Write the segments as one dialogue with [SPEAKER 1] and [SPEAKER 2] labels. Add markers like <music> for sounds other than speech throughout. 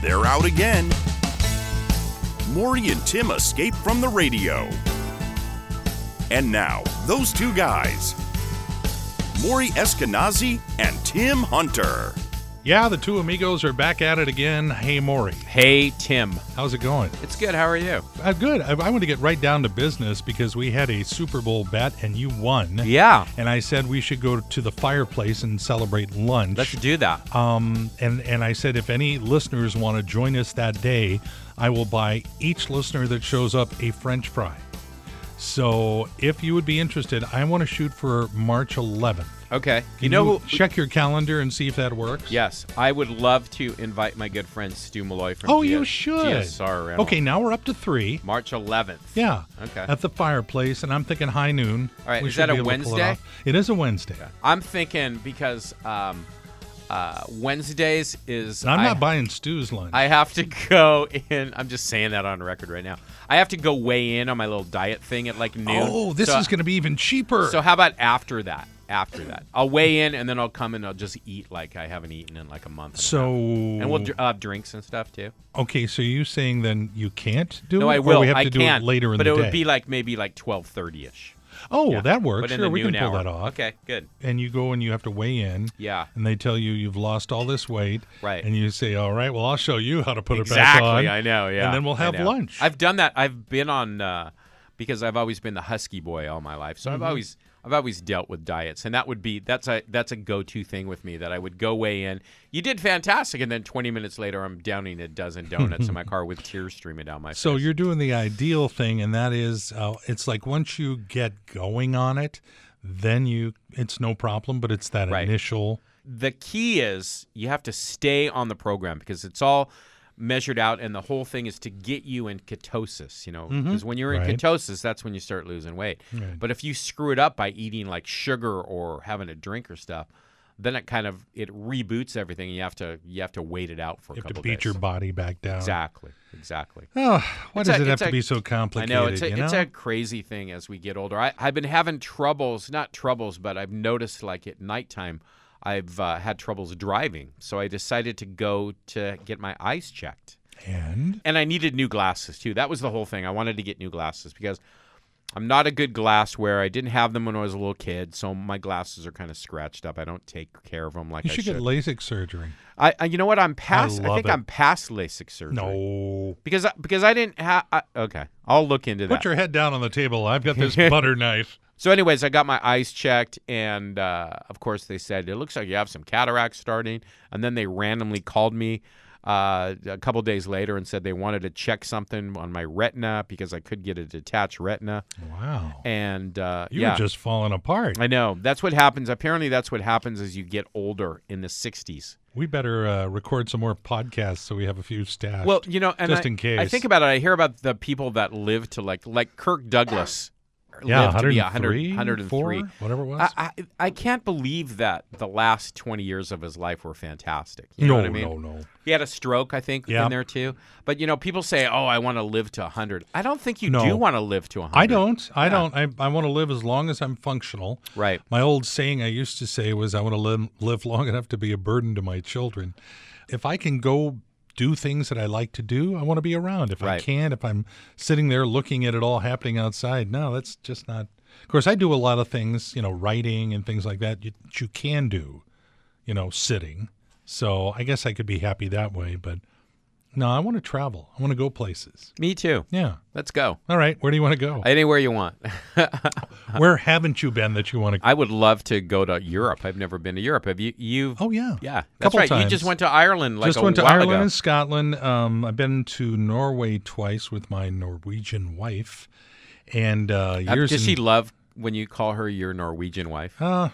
[SPEAKER 1] They're out again. Maury and Tim escape from the radio. And now, those two guys, Maury Eskenazi and Tim Hunter.
[SPEAKER 2] Yeah, the two amigos are back at it again. Hey, Maury,
[SPEAKER 3] Hey, Tim.
[SPEAKER 2] how's it going?
[SPEAKER 3] It's good. How are you?
[SPEAKER 2] I'm good. I, I want to get right down to business because we had a Super Bowl bet and you won.
[SPEAKER 3] Yeah.
[SPEAKER 2] And I said we should go to the fireplace and celebrate lunch.
[SPEAKER 3] Let's do that.
[SPEAKER 2] um, and, and I said if any listeners want to join us that day, I will buy each listener that shows up a French fry. So if you would be interested, I want to shoot for March 11th.
[SPEAKER 3] Okay. You
[SPEAKER 2] Can
[SPEAKER 3] know who?
[SPEAKER 2] check your calendar and see if that works.
[SPEAKER 3] Yes, I would love to invite my good friend Stu Malloy from.
[SPEAKER 2] Oh,
[SPEAKER 3] GS
[SPEAKER 2] you should.
[SPEAKER 3] GSR Rental.
[SPEAKER 2] Okay, now we're up to three.
[SPEAKER 3] March 11th.
[SPEAKER 2] Yeah.
[SPEAKER 3] Okay.
[SPEAKER 2] At the fireplace, and I'm thinking high noon.
[SPEAKER 3] All right,
[SPEAKER 2] We
[SPEAKER 3] is
[SPEAKER 2] should
[SPEAKER 3] that a
[SPEAKER 2] be able to pull it
[SPEAKER 3] Wednesday?
[SPEAKER 2] off. It is a Wednesday.
[SPEAKER 3] I'm thinking because um, uh, Wednesdays is.
[SPEAKER 2] And I'm not
[SPEAKER 3] I-
[SPEAKER 2] buying Stu's lunch.
[SPEAKER 3] I have to <laughs> go in. I'm just saying that on record right now. I have to go weigh in on my little diet thing at like noon.
[SPEAKER 2] oh, this
[SPEAKER 3] So-
[SPEAKER 2] is going to be even cheaper.
[SPEAKER 3] So how about after that? After that, I'll weigh in and then I'll come and I'll just eat like I haven't eaten in like a month. and a
[SPEAKER 2] So-
[SPEAKER 3] half. and
[SPEAKER 2] Mm.
[SPEAKER 3] we'll dr- uh, have drinks and stuff too.
[SPEAKER 2] okay, so you saying then you can't do
[SPEAKER 3] No,
[SPEAKER 2] it?
[SPEAKER 3] I will.
[SPEAKER 2] Or we have
[SPEAKER 3] I
[SPEAKER 2] to do
[SPEAKER 3] can
[SPEAKER 2] it later in
[SPEAKER 3] but
[SPEAKER 2] the
[SPEAKER 3] it
[SPEAKER 2] day.
[SPEAKER 3] would be like maybe like twelve thirty ish.
[SPEAKER 2] oh,
[SPEAKER 3] Yeah.
[SPEAKER 2] that works.
[SPEAKER 3] But in
[SPEAKER 2] sure,
[SPEAKER 3] the
[SPEAKER 2] we can
[SPEAKER 3] noon
[SPEAKER 2] pull
[SPEAKER 3] hour.
[SPEAKER 2] that off.
[SPEAKER 3] Okay, good.
[SPEAKER 2] And you go and you have to weigh in.
[SPEAKER 3] Yeah.
[SPEAKER 2] And they tell you you've lost all this weight.
[SPEAKER 3] Right.
[SPEAKER 2] And you say, all right, well, I'll show you how to put it back on.
[SPEAKER 3] Exactly. I know. Yeah.
[SPEAKER 2] And then we'll
[SPEAKER 3] I
[SPEAKER 2] have
[SPEAKER 3] know.
[SPEAKER 2] lunch.
[SPEAKER 3] I've done that. I've been on uh, because I've always been the husky boy all my life. So
[SPEAKER 2] Mm-hmm.
[SPEAKER 3] I've always I've always dealt with diets, and that would be that's a that's a go to thing with me that I would go weigh in. You did fantastic, and then 20 minutes later, I'm downing a dozen
[SPEAKER 2] <laughs>
[SPEAKER 3] donuts in my car with tears streaming down my face.
[SPEAKER 2] So you're doing the ideal thing, and that is, uh, it's like once you get going on it, then you it's no problem. But it's that
[SPEAKER 3] Right.
[SPEAKER 2] initial.
[SPEAKER 3] the key is you have to stay on the program because it's all measured out and the whole thing is to get you in ketosis you know because when you're in
[SPEAKER 2] Mm-hmm. Right.
[SPEAKER 3] ketosis that's when you start losing weight but if you screw it up by eating like sugar or having a drink or stuff then it kind of it reboots everything you have to you have to wait it out for
[SPEAKER 2] You
[SPEAKER 3] a
[SPEAKER 2] have to
[SPEAKER 3] couple
[SPEAKER 2] beat
[SPEAKER 3] days
[SPEAKER 2] your body back down.
[SPEAKER 3] exactly exactly
[SPEAKER 2] Oh, why
[SPEAKER 3] It's
[SPEAKER 2] does
[SPEAKER 3] a-
[SPEAKER 2] it have
[SPEAKER 3] it's
[SPEAKER 2] to
[SPEAKER 3] a-
[SPEAKER 2] be so
[SPEAKER 3] I
[SPEAKER 2] complicated?
[SPEAKER 3] know it's a,
[SPEAKER 2] you
[SPEAKER 3] it's
[SPEAKER 2] know?
[SPEAKER 3] a crazy thing as we get older. I, I've been having troubles, not troubles, but I've noticed like at nighttime, I've uh, had troubles driving. So I decided to go to get my eyes checked.
[SPEAKER 2] and
[SPEAKER 3] And I needed new glasses too. That was the whole thing. I wanted to get new glasses because I'm not a good glassware. I didn't have them when I was a little kid. So my glasses are kind of scratched up. I don't take care of them like
[SPEAKER 2] you
[SPEAKER 3] I
[SPEAKER 2] should get LASIK surgery.
[SPEAKER 3] I, I, you know what? I'm past, I,
[SPEAKER 2] love
[SPEAKER 3] think
[SPEAKER 2] it.
[SPEAKER 3] I'm past LASIK surgery.
[SPEAKER 2] No,
[SPEAKER 3] Because I, because I didn't have, okay, I'll look into that.
[SPEAKER 2] put your head down on the table. I've got
[SPEAKER 3] <laughs>
[SPEAKER 2] this butter knife.
[SPEAKER 3] So, anyways, I got my eyes checked, and uh, of course, they said it looks like you have some cataracts starting. And then they randomly called me uh, a couple days later and said they wanted to check something on my retina because I could get a detached retina.
[SPEAKER 2] Wow,
[SPEAKER 3] And uh,
[SPEAKER 2] you
[SPEAKER 3] yeah,
[SPEAKER 2] were just falling apart.
[SPEAKER 3] I know that's what happens. Apparently, that's what happens as you get older in the '60s.
[SPEAKER 2] we better uh, record some more podcasts so we have a few stashed.
[SPEAKER 3] Well, you know, and
[SPEAKER 2] just
[SPEAKER 3] I,
[SPEAKER 2] in case.
[SPEAKER 3] I think about it. I hear about the people that live to like like Kirk Douglas.
[SPEAKER 2] yeah,
[SPEAKER 3] lived to be
[SPEAKER 2] 103,
[SPEAKER 3] 100
[SPEAKER 2] four,
[SPEAKER 3] 103.
[SPEAKER 2] whatever it was.
[SPEAKER 3] I, I I can't believe that the last 20 years of his life were fantastic. You
[SPEAKER 2] no,
[SPEAKER 3] know what I mean?
[SPEAKER 2] no, no.
[SPEAKER 3] He had a stroke, I think,
[SPEAKER 2] Yeah.
[SPEAKER 3] in there too. But you know, people say, "Oh, I want to live to 100." I don't think you
[SPEAKER 2] No.
[SPEAKER 3] do want to live to 100.
[SPEAKER 2] I don't. I don't. I, I want to live as long as I'm functional.
[SPEAKER 3] Right.
[SPEAKER 2] My old saying I used to say was, I want to live, live long enough to be a burden to my children. If I can go do things that I like to do, I want to be around. If I
[SPEAKER 3] Right.
[SPEAKER 2] can't, if I'm sitting there looking at it all happening outside, no, that's just not. Of course, I do a lot of things, you know, writing and things like that you, that you can do, you know, sitting. So I guess I could be happy that way. But no, I want to travel. I want to go places.
[SPEAKER 3] Me too.
[SPEAKER 2] Yeah.
[SPEAKER 3] Let's go.
[SPEAKER 2] All right. Where do you want to go?
[SPEAKER 3] Anywhere you want. <laughs> Uh,
[SPEAKER 2] Where haven't you been that you want to?
[SPEAKER 3] I would love to go to Europe. I've never been to Europe. Have you you
[SPEAKER 2] Oh yeah,
[SPEAKER 3] Yeah. That's
[SPEAKER 2] couple
[SPEAKER 3] right.
[SPEAKER 2] Times.
[SPEAKER 3] You just went to Ireland like
[SPEAKER 2] just
[SPEAKER 3] a
[SPEAKER 2] went to
[SPEAKER 3] while
[SPEAKER 2] Ireland
[SPEAKER 3] ago.
[SPEAKER 2] and Scotland. Um, I've been to Norway twice with my Norwegian wife, and uh,
[SPEAKER 3] Uh,
[SPEAKER 2] years.
[SPEAKER 3] Does
[SPEAKER 2] in-
[SPEAKER 3] she love when you call her your Norwegian wife?
[SPEAKER 2] Uh,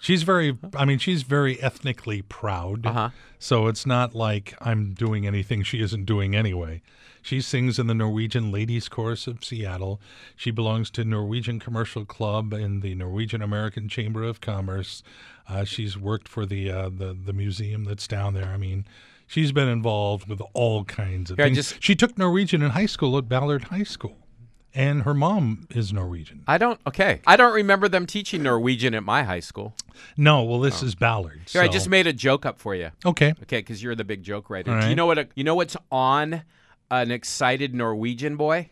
[SPEAKER 2] she's very. I mean, she's very ethnically proud.
[SPEAKER 3] Uh-huh.
[SPEAKER 2] So it's not like I'm doing anything she isn't doing anyway. She sings in the Norwegian Ladies Chorus of Seattle. She belongs to Norwegian Commercial Club and the Norwegian American Chamber of Commerce. Uh, she's worked for the, uh, the the museum that's down there. I mean. She's been involved with all kinds of
[SPEAKER 3] Here, I
[SPEAKER 2] things.
[SPEAKER 3] just-
[SPEAKER 2] she took Norwegian in high school at Ballard High School and her mom is Norwegian.
[SPEAKER 3] I don't. Okay, I don't remember them teaching Norwegian at my high school.
[SPEAKER 2] No, well, this is Ballard.
[SPEAKER 3] Oh. Here, I
[SPEAKER 2] so-
[SPEAKER 3] just made a joke up for you.
[SPEAKER 2] okay.
[SPEAKER 3] Okay, because you're the big joke writer.
[SPEAKER 2] All
[SPEAKER 3] Do you
[SPEAKER 2] right.
[SPEAKER 3] know what? A, you know what's on an excited Norwegian boy?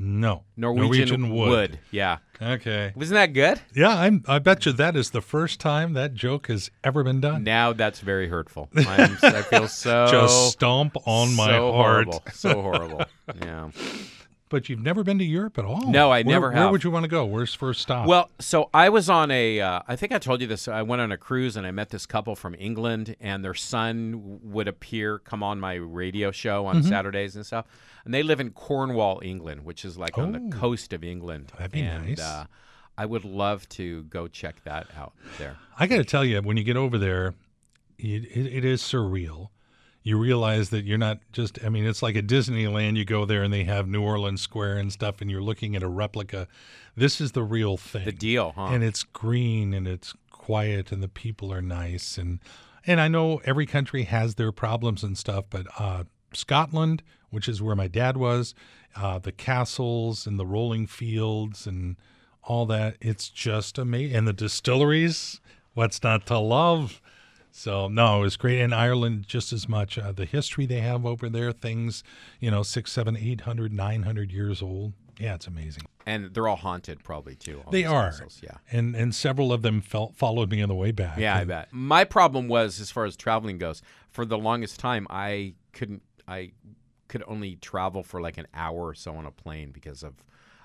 [SPEAKER 2] No,
[SPEAKER 3] Norwegian,
[SPEAKER 2] wood.
[SPEAKER 3] Yeah,
[SPEAKER 2] Okay.
[SPEAKER 3] wasn't that good?
[SPEAKER 2] Yeah, I'm, I bet you that is the first time that joke has ever been done.
[SPEAKER 3] Now that's very hurtful. I'm,
[SPEAKER 2] <laughs>
[SPEAKER 3] I feel so
[SPEAKER 2] just stomp on my
[SPEAKER 3] so
[SPEAKER 2] heart.
[SPEAKER 3] Horrible.
[SPEAKER 2] <laughs>
[SPEAKER 3] So horrible. Yeah.
[SPEAKER 2] But you've never been to Europe at all.
[SPEAKER 3] No, I
[SPEAKER 2] Where-
[SPEAKER 3] never
[SPEAKER 2] Where
[SPEAKER 3] have.
[SPEAKER 2] would you want to go? Where's first stop?
[SPEAKER 3] Well, so I was on a, uh, I think I told you this. I went on a cruise and I met this couple from England, and their son w- would appear, come on my radio show on
[SPEAKER 2] Mm-hmm.
[SPEAKER 3] Saturdays and stuff. And they live in Cornwall, England, which is like on the coast of England.
[SPEAKER 2] Oh. That'd be
[SPEAKER 3] and,
[SPEAKER 2] nice.
[SPEAKER 3] Uh, I would love to go check that out there.
[SPEAKER 2] I got to tell you, when you get over there, it, it, it is surreal. You realize that you're not just, I mean, it's like a Disneyland. You go there and they have New Orleans Square and stuff, and you're looking at a replica. This is the real thing.
[SPEAKER 3] The deal, huh?
[SPEAKER 2] And it's green and it's quiet and the people are nice. And, and I know every country has their problems and stuff, but uh, Scotland, which is where my dad was, uh, the castles and the rolling fields and all that, it's just amazing. And the distilleries, what's not to love? So no, it was great. And Ireland just as much. Uh, the history they have over there, things, you know, six, seven, eight hundred, nine hundred years old. Yeah, it's amazing.
[SPEAKER 3] and they're all haunted, probably too. all
[SPEAKER 2] They
[SPEAKER 3] these
[SPEAKER 2] are.
[SPEAKER 3] castles, Yeah.
[SPEAKER 2] And and several of them felt, followed me on the way back.
[SPEAKER 3] Yeah, I
[SPEAKER 2] And-
[SPEAKER 3] bet. My problem was as far as traveling goes. For the longest time, I couldn't. I could only travel for like an hour or so on a plane because of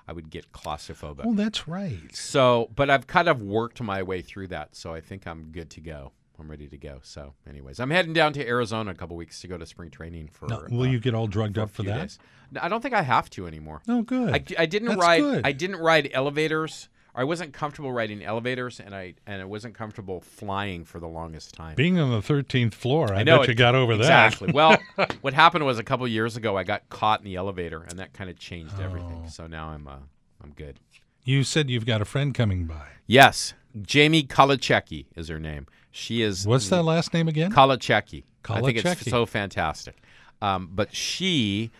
[SPEAKER 3] I would get claustrophobic.
[SPEAKER 2] Oh, that's right.
[SPEAKER 3] So, but I've kind of worked my way through that, so I think I'm good to go. I'm ready to go. So, anyways, I'm heading down to Arizona in a couple weeks to go to spring training for.
[SPEAKER 2] Now, will
[SPEAKER 3] uh,
[SPEAKER 2] you get all drugged up
[SPEAKER 3] a
[SPEAKER 2] for
[SPEAKER 3] few
[SPEAKER 2] that?
[SPEAKER 3] days. No, I don't think I have to anymore.
[SPEAKER 2] Oh, good.
[SPEAKER 3] I, I didn't
[SPEAKER 2] That's
[SPEAKER 3] ride.
[SPEAKER 2] good.
[SPEAKER 3] I didn't ride elevators. I wasn't comfortable riding elevators, and I and I wasn't comfortable flying for the longest time.
[SPEAKER 2] Being on the thirteenth floor, I,
[SPEAKER 3] I know
[SPEAKER 2] bet
[SPEAKER 3] it-
[SPEAKER 2] you got over
[SPEAKER 3] exactly.
[SPEAKER 2] <laughs>
[SPEAKER 3] well, what happened was a couple years ago, I got caught in the elevator, and that kind of changed
[SPEAKER 2] Oh.
[SPEAKER 3] everything. So now I'm uh, I'm good.
[SPEAKER 2] that. You said you've got a friend coming by.
[SPEAKER 3] Yes, Jamie Kolachecki is her name. She is
[SPEAKER 2] What's that last name again?
[SPEAKER 3] Kolachecki. I think it's
[SPEAKER 2] Kolachecki.
[SPEAKER 3] so fantastic. Um, but she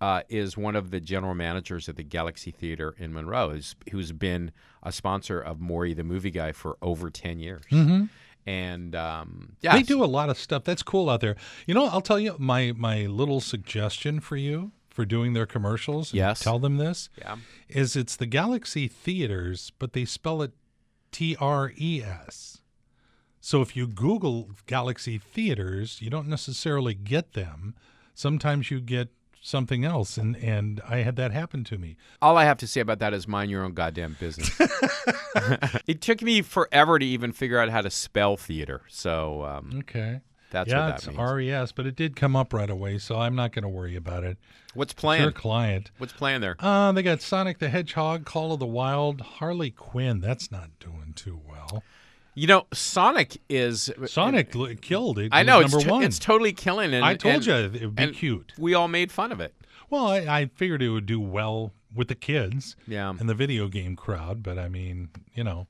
[SPEAKER 3] uh, is one of the general managers at the Galaxy Theater in Monroe, who's, who's been a sponsor of Maury the Movie Guy for over 10 years. And um, yeah,
[SPEAKER 2] Mm-hmm. They do a lot of stuff. That's cool out there. You know, I'll tell you my my little suggestion for you for doing their commercials. and
[SPEAKER 3] Yes.
[SPEAKER 2] Tell them this.
[SPEAKER 3] Yeah.
[SPEAKER 2] Is it's the Galaxy Theaters, but they spell it T R E S. So if you Google Galaxy Theaters, you don't necessarily get them. Sometimes you get something else, and and I had that happen to me.
[SPEAKER 3] All I have to say about that is mind your own goddamn
[SPEAKER 2] <laughs>
[SPEAKER 3] business. <laughs> it took me forever to even figure out how to spell theater. So um,
[SPEAKER 2] Okay.
[SPEAKER 3] that's
[SPEAKER 2] yeah,
[SPEAKER 3] what
[SPEAKER 2] it's
[SPEAKER 3] that means.
[SPEAKER 2] R E S, but it did come up right away, so I'm not going to worry about it.
[SPEAKER 3] What's
[SPEAKER 2] It's
[SPEAKER 3] playing?
[SPEAKER 2] Your client.
[SPEAKER 3] What's playing there?
[SPEAKER 2] Uh, they got Sonic the Hedgehog, Call of the Wild, Harley Quinn. That's not doing too well.
[SPEAKER 3] You know, Sonic is
[SPEAKER 2] Sonic li- killed it.
[SPEAKER 3] I know
[SPEAKER 2] was
[SPEAKER 3] it's
[SPEAKER 2] number
[SPEAKER 3] to-
[SPEAKER 2] one.
[SPEAKER 3] it's totally killing it.
[SPEAKER 2] I told
[SPEAKER 3] and-
[SPEAKER 2] you it would be
[SPEAKER 3] and
[SPEAKER 2] cute.
[SPEAKER 3] We all made fun of it.
[SPEAKER 2] Well, I, I figured it would do well with the kids
[SPEAKER 3] Yeah.
[SPEAKER 2] and the video game crowd, but I mean, you know,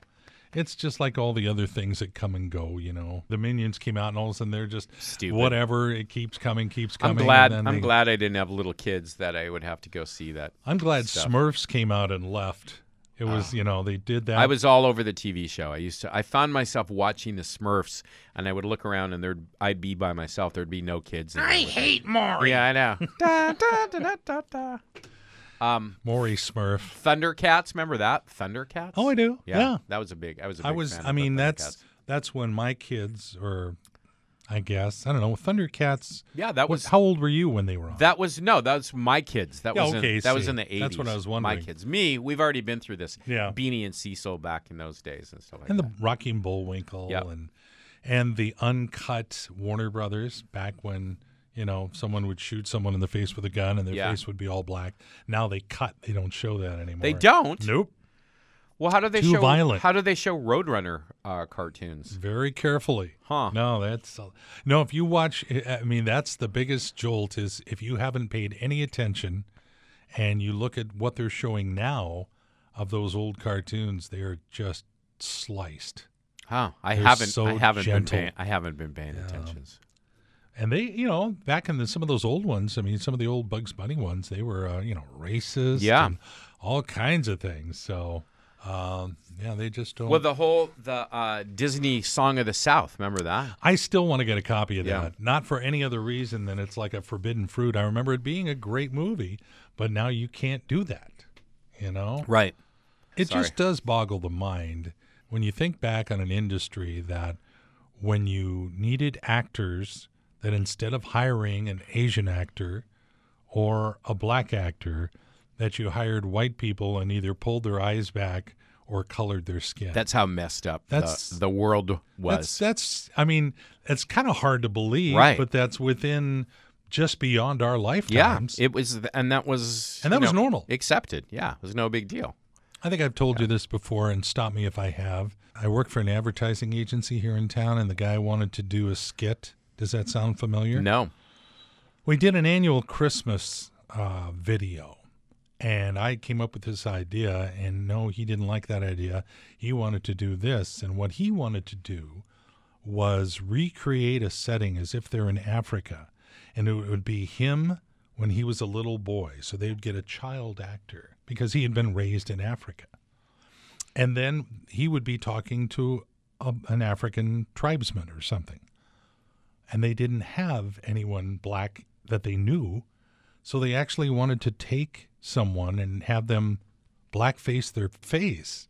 [SPEAKER 2] it's just like all the other things that come and go. You know, the Minions came out and all of a sudden they're just
[SPEAKER 3] Stupid.
[SPEAKER 2] whatever. It keeps coming, keeps
[SPEAKER 3] I'm
[SPEAKER 2] coming. and
[SPEAKER 3] glad.
[SPEAKER 2] then
[SPEAKER 3] I'm
[SPEAKER 2] they-
[SPEAKER 3] glad I didn't have little kids that I would have to go see that.
[SPEAKER 2] I'm glad
[SPEAKER 3] stuff. Ah.
[SPEAKER 2] Smurfs came out and left. It was, you know, they did that.
[SPEAKER 3] I was all over the TV show. I used to. I found myself watching the Smurfs, and I would look around, and there'd I'd be by myself. There'd be no kids. I hate Maury. Yeah,
[SPEAKER 2] <laughs>
[SPEAKER 3] I know. Da, da, da, da, da, da.
[SPEAKER 2] Maury Smurf.
[SPEAKER 3] Thundercats. Remember that Thundercats?
[SPEAKER 2] Oh, I do.
[SPEAKER 3] Yeah,
[SPEAKER 2] yeah.
[SPEAKER 3] that was a big. I was. A big
[SPEAKER 2] I was.
[SPEAKER 3] fan of
[SPEAKER 2] I
[SPEAKER 3] the
[SPEAKER 2] mean,
[SPEAKER 3] Thundercats.
[SPEAKER 2] that's that's when my kids, or I guess I don't know, Thundercats.
[SPEAKER 3] Yeah, that was.
[SPEAKER 2] how old were you when they were on?
[SPEAKER 3] that was no, that was my kids. That
[SPEAKER 2] Yeah,
[SPEAKER 3] was in,
[SPEAKER 2] okay,
[SPEAKER 3] that was
[SPEAKER 2] see.
[SPEAKER 3] in the eighties.
[SPEAKER 2] That's what I was
[SPEAKER 3] My
[SPEAKER 2] wondering.
[SPEAKER 3] kids, me, we've already been through this.
[SPEAKER 2] Yeah.
[SPEAKER 3] Beanie and Cecil back in those days and stuff like
[SPEAKER 2] and
[SPEAKER 3] that.
[SPEAKER 2] the Rocky and Bullwinkle,
[SPEAKER 3] Yep.
[SPEAKER 2] and and the uncut Warner Brothers back when you know someone would shoot someone in the face with a gun and their
[SPEAKER 3] Yeah.
[SPEAKER 2] face would be all black. Now they cut. They don't show that anymore.
[SPEAKER 3] They don't.
[SPEAKER 2] Nope.
[SPEAKER 3] Well, how do they
[SPEAKER 2] Too
[SPEAKER 3] show?
[SPEAKER 2] violent.
[SPEAKER 3] How do they show Roadrunner uh, cartoons?
[SPEAKER 2] Very carefully.
[SPEAKER 3] Huh.
[SPEAKER 2] No, that's no. If you watch, I mean, that's the biggest jolt is if you haven't paid any attention, and you look at what they're showing now of those old cartoons, they are just sliced.
[SPEAKER 3] Huh. I
[SPEAKER 2] They're
[SPEAKER 3] haven't.
[SPEAKER 2] so
[SPEAKER 3] I haven't
[SPEAKER 2] gentle.
[SPEAKER 3] been. Paying, I haven't been paying attention.
[SPEAKER 2] And they, you know, back in the, some of those old ones, I mean, some of the old Bugs Bunny ones, they were, uh, you know, racist.
[SPEAKER 3] Yeah.
[SPEAKER 2] and all kinds of things. So, um, yeah, they just don't.
[SPEAKER 3] Well, the whole the uh, Disney Song of the South. Remember that?
[SPEAKER 2] I still want to get a copy of
[SPEAKER 3] Yeah.
[SPEAKER 2] that. Not for any other reason than it's like a forbidden fruit. I remember it being a great movie, but now you can't do that. You know?
[SPEAKER 3] Right.
[SPEAKER 2] It
[SPEAKER 3] Sorry.
[SPEAKER 2] just does boggle the mind when you think back on an industry that when you needed actors, that instead of hiring an Asian actor or a black actor, that you hired white people and either pulled their eyes back or colored their skin.
[SPEAKER 3] That's how messed up
[SPEAKER 2] That's-
[SPEAKER 3] the, the world
[SPEAKER 2] that's,
[SPEAKER 3] was.
[SPEAKER 2] that's I mean, it's kind of hard to believe,
[SPEAKER 3] Right.
[SPEAKER 2] but that's within just beyond our
[SPEAKER 3] yeah,
[SPEAKER 2] lifetimes.
[SPEAKER 3] it was, th- and that was,
[SPEAKER 2] And that
[SPEAKER 3] you
[SPEAKER 2] was
[SPEAKER 3] know,
[SPEAKER 2] normal.
[SPEAKER 3] accepted. Yeah, it was no big deal.
[SPEAKER 2] I think I've told you this before, and stop me if I have. I work for an advertising agency here in town, and the guy wanted to do a skit. Does that sound familiar?
[SPEAKER 3] No,
[SPEAKER 2] We did an annual Christmas uh, video, and I came up with this idea, and no, he didn't like that idea. He wanted to do this, and what he wanted to do was recreate a setting as if they're in Africa, and it would be him when he was a little boy. So they would get a child actor because he had been raised in Africa. And then he would be talking to a, an African tribesman or something and they didn't have anyone black that they knew. So they actually wanted to take someone and have them blackface their face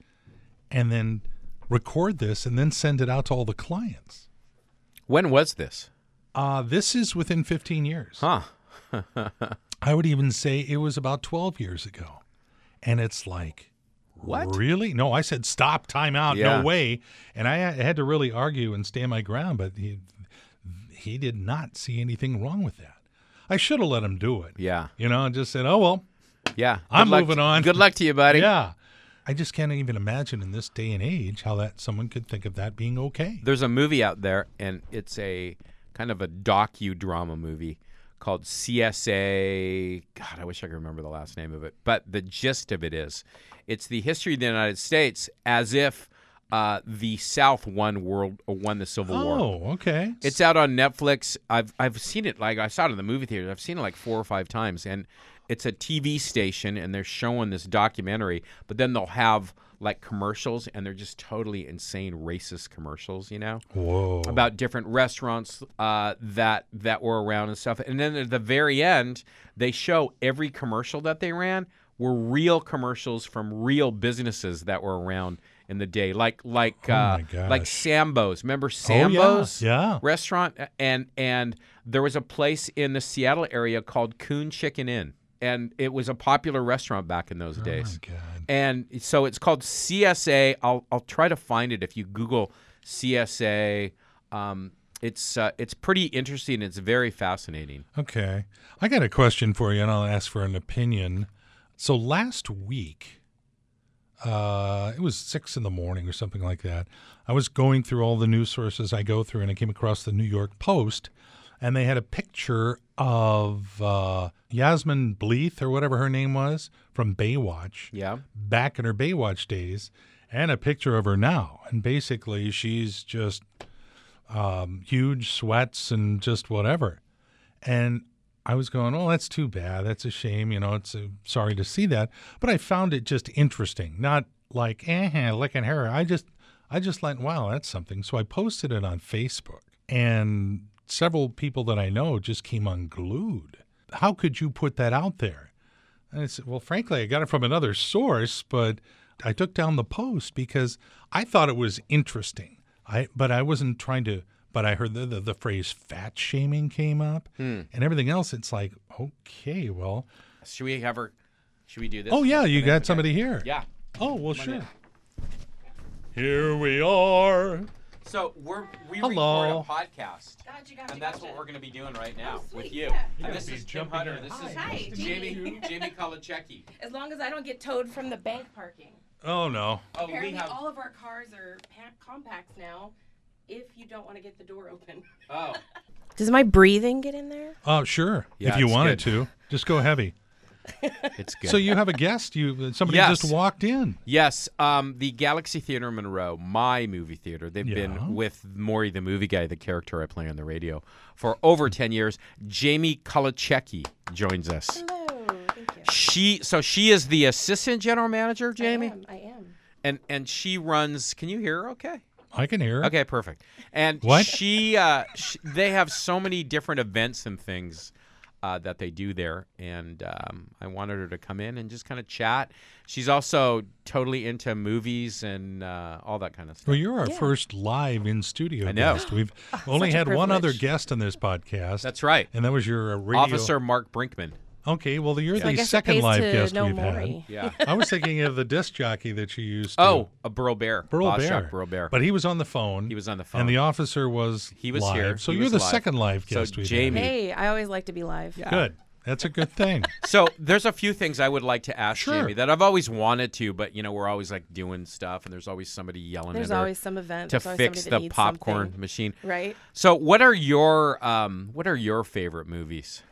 [SPEAKER 2] and then record this and then send it out to all the clients.
[SPEAKER 3] when was this?
[SPEAKER 2] Uh, this is within 15 years.
[SPEAKER 3] Huh?
[SPEAKER 2] I would even say it was about 12 years ago. And it's like,
[SPEAKER 3] What?
[SPEAKER 2] Really? No, I said stop, time out,
[SPEAKER 3] Yeah.
[SPEAKER 2] no way. And I ha- had to really argue and stand my ground, but he, he did not see anything wrong with that. I should have let him do it.
[SPEAKER 3] Yeah,
[SPEAKER 2] You know, and just said, oh, well,
[SPEAKER 3] yeah.
[SPEAKER 2] I'm
[SPEAKER 3] Good luck
[SPEAKER 2] moving
[SPEAKER 3] to-
[SPEAKER 2] on.
[SPEAKER 3] Good luck to you, buddy.
[SPEAKER 2] yeah. I just can't even imagine in this day and age how that someone could think of that being okay.
[SPEAKER 3] There's a movie out there, and it's a kind of a docudrama movie called CSA. God, I wish I could remember the last name of it. But the gist of it is it's the history of the United States as if uh, the South won, world, or won the Civil War.
[SPEAKER 2] Oh, okay.
[SPEAKER 3] It's out on Netflix. I've I've seen it like I saw it in the movie theater. I've seen it like four or five times, and it's a TV station, and they're showing this documentary. But then they'll have like commercials, and they're just totally insane racist commercials, you know,
[SPEAKER 2] Whoa.
[SPEAKER 3] about different restaurants uh, that that were around and stuff. And then at the very end, they show every commercial that they ran were real commercials from real businesses that were around in the day, like like uh,
[SPEAKER 2] Oh my gosh.
[SPEAKER 3] like
[SPEAKER 2] Oh,
[SPEAKER 3] Sambo's. Remember
[SPEAKER 2] yeah,
[SPEAKER 3] Sambo's?
[SPEAKER 2] yeah.
[SPEAKER 3] restaurant and and there was a place in the Seattle area called Coon Chicken Inn and it was a popular restaurant back in those
[SPEAKER 2] Oh,
[SPEAKER 3] days.
[SPEAKER 2] my God.
[SPEAKER 3] And so it's called CSA. I'll I'll try to find it if you Google CSA. Um, it's uh, it's pretty interesting. It's very fascinating.
[SPEAKER 2] Okay. I got a question for you, and I'll ask for an opinion. So last week, uh, it was six in the morning or something like that. I was going through all the news sources I go through, and I came across the New York Post, and they had a picture of uh, Yasmin Bleeth or whatever her name was from Baywatch
[SPEAKER 3] Yeah.
[SPEAKER 2] back in her Baywatch days and a picture of her now. And basically, she's just um, huge sweats and just whatever. And I was going, oh, that's too bad. That's a shame. You know, it's uh sorry to see that. But I found it just interesting, not like, eh, licking her. I just, I just like, wow, that's something. So I posted it on Facebook, and several people that I know just came unglued. How could you put that out there? And I said, well, frankly, I got it from another source, but I took down the post because I thought it was interesting. I but I wasn't trying to. But I heard the the, the phrase fat shaming came up,
[SPEAKER 3] Hmm.
[SPEAKER 2] and everything else. It's like, okay, well,
[SPEAKER 3] Should we have her? Should we do this?
[SPEAKER 2] oh yeah, you got somebody here.
[SPEAKER 3] Yeah.
[SPEAKER 2] Oh well, sure. Here we are.
[SPEAKER 3] So we're we
[SPEAKER 2] Hello.
[SPEAKER 3] record a podcast.
[SPEAKER 4] God, you got
[SPEAKER 3] And that's what we're going to be doing right now
[SPEAKER 4] Oh,
[SPEAKER 3] with
[SPEAKER 4] sweet,
[SPEAKER 3] you.
[SPEAKER 4] yeah.
[SPEAKER 3] And
[SPEAKER 2] gotta
[SPEAKER 3] this
[SPEAKER 2] be
[SPEAKER 3] is Tim
[SPEAKER 2] jumping
[SPEAKER 3] Hunter.
[SPEAKER 2] in.
[SPEAKER 3] This
[SPEAKER 4] Hi.
[SPEAKER 3] is
[SPEAKER 4] Hi,
[SPEAKER 3] Jamie
[SPEAKER 4] Jamie.
[SPEAKER 3] Jamie Kolachecki.
[SPEAKER 4] As long as I don't get towed from the bank parking.
[SPEAKER 2] Oh no.
[SPEAKER 3] Oh, we
[SPEAKER 4] Apparently,
[SPEAKER 3] have.
[SPEAKER 4] all of our cars are pack- compacts now. If you don't want to get the door open. <laughs>
[SPEAKER 3] Oh,
[SPEAKER 4] Does my breathing get in there?
[SPEAKER 2] Oh sure.
[SPEAKER 3] Yeah,
[SPEAKER 2] if you
[SPEAKER 3] it's
[SPEAKER 2] wanted
[SPEAKER 3] good.
[SPEAKER 2] to, just go heavy.
[SPEAKER 3] <laughs> it's good.
[SPEAKER 2] So you have a guest. You somebody
[SPEAKER 3] Yes.
[SPEAKER 2] just walked in.
[SPEAKER 3] yes, um, the Galaxy Theater in Monroe, my movie theater. They've
[SPEAKER 2] Yeah.
[SPEAKER 3] been with Maury, the movie guy, the character I play on the radio, for over ten years. Jamie Kolachecki joins us.
[SPEAKER 4] Hello. Thank you.
[SPEAKER 3] She so she is the assistant general manager, Jamie,
[SPEAKER 4] I am. I am.
[SPEAKER 3] and and she runs. Can you hear? her Okay.
[SPEAKER 2] I can hear. her.
[SPEAKER 3] Okay, perfect. And
[SPEAKER 2] What?
[SPEAKER 3] she, uh, sh they have so many different events and things uh, that they do there, and um, I wanted her to come in and just kind of chat. She's also totally into movies and uh, all that kind of stuff.
[SPEAKER 2] Well, you're our first live in studio
[SPEAKER 3] I know.
[SPEAKER 2] guest. We've only
[SPEAKER 4] <gasps> Such a
[SPEAKER 2] had one other
[SPEAKER 4] privilege.
[SPEAKER 2] guest on this podcast.
[SPEAKER 3] That's right,
[SPEAKER 2] And that was your uh, radio.
[SPEAKER 3] Officer Mark Brinkman.
[SPEAKER 2] Okay, well, you're
[SPEAKER 4] I
[SPEAKER 2] the
[SPEAKER 4] guess it
[SPEAKER 2] second
[SPEAKER 4] pays
[SPEAKER 2] live
[SPEAKER 4] to
[SPEAKER 2] guest
[SPEAKER 4] know
[SPEAKER 2] we've
[SPEAKER 4] Maury.
[SPEAKER 3] Yeah.
[SPEAKER 2] had. <laughs> I was thinking of the disc jockey that you used. to-
[SPEAKER 3] <laughs> Oh, a Burl Bear.
[SPEAKER 2] Burl
[SPEAKER 3] Boss
[SPEAKER 2] Bear.
[SPEAKER 3] Shark Burl Bear.
[SPEAKER 2] But he was on the phone.
[SPEAKER 3] He was on the phone.
[SPEAKER 2] And the officer was
[SPEAKER 3] He was
[SPEAKER 2] live.
[SPEAKER 3] here.
[SPEAKER 2] So
[SPEAKER 3] He
[SPEAKER 2] you're
[SPEAKER 3] was
[SPEAKER 2] the
[SPEAKER 3] live.
[SPEAKER 2] second live
[SPEAKER 3] So
[SPEAKER 2] guest we've
[SPEAKER 3] Jamie- Me.
[SPEAKER 4] Hey, I always like to be live.
[SPEAKER 2] had. Good. That's a good thing.
[SPEAKER 3] so there's a few things I would like to ask
[SPEAKER 2] Sure.
[SPEAKER 3] Jamie that I've always wanted to, but you know we're always like doing stuff, and there's always somebody yelling.
[SPEAKER 4] There's
[SPEAKER 3] at her
[SPEAKER 4] always some event.
[SPEAKER 3] to
[SPEAKER 4] There's always
[SPEAKER 3] fix
[SPEAKER 4] somebody
[SPEAKER 3] the
[SPEAKER 4] that needs
[SPEAKER 3] popcorn
[SPEAKER 4] something,
[SPEAKER 3] machine.
[SPEAKER 4] Right.
[SPEAKER 3] So, what are your um, what are your favorite movies?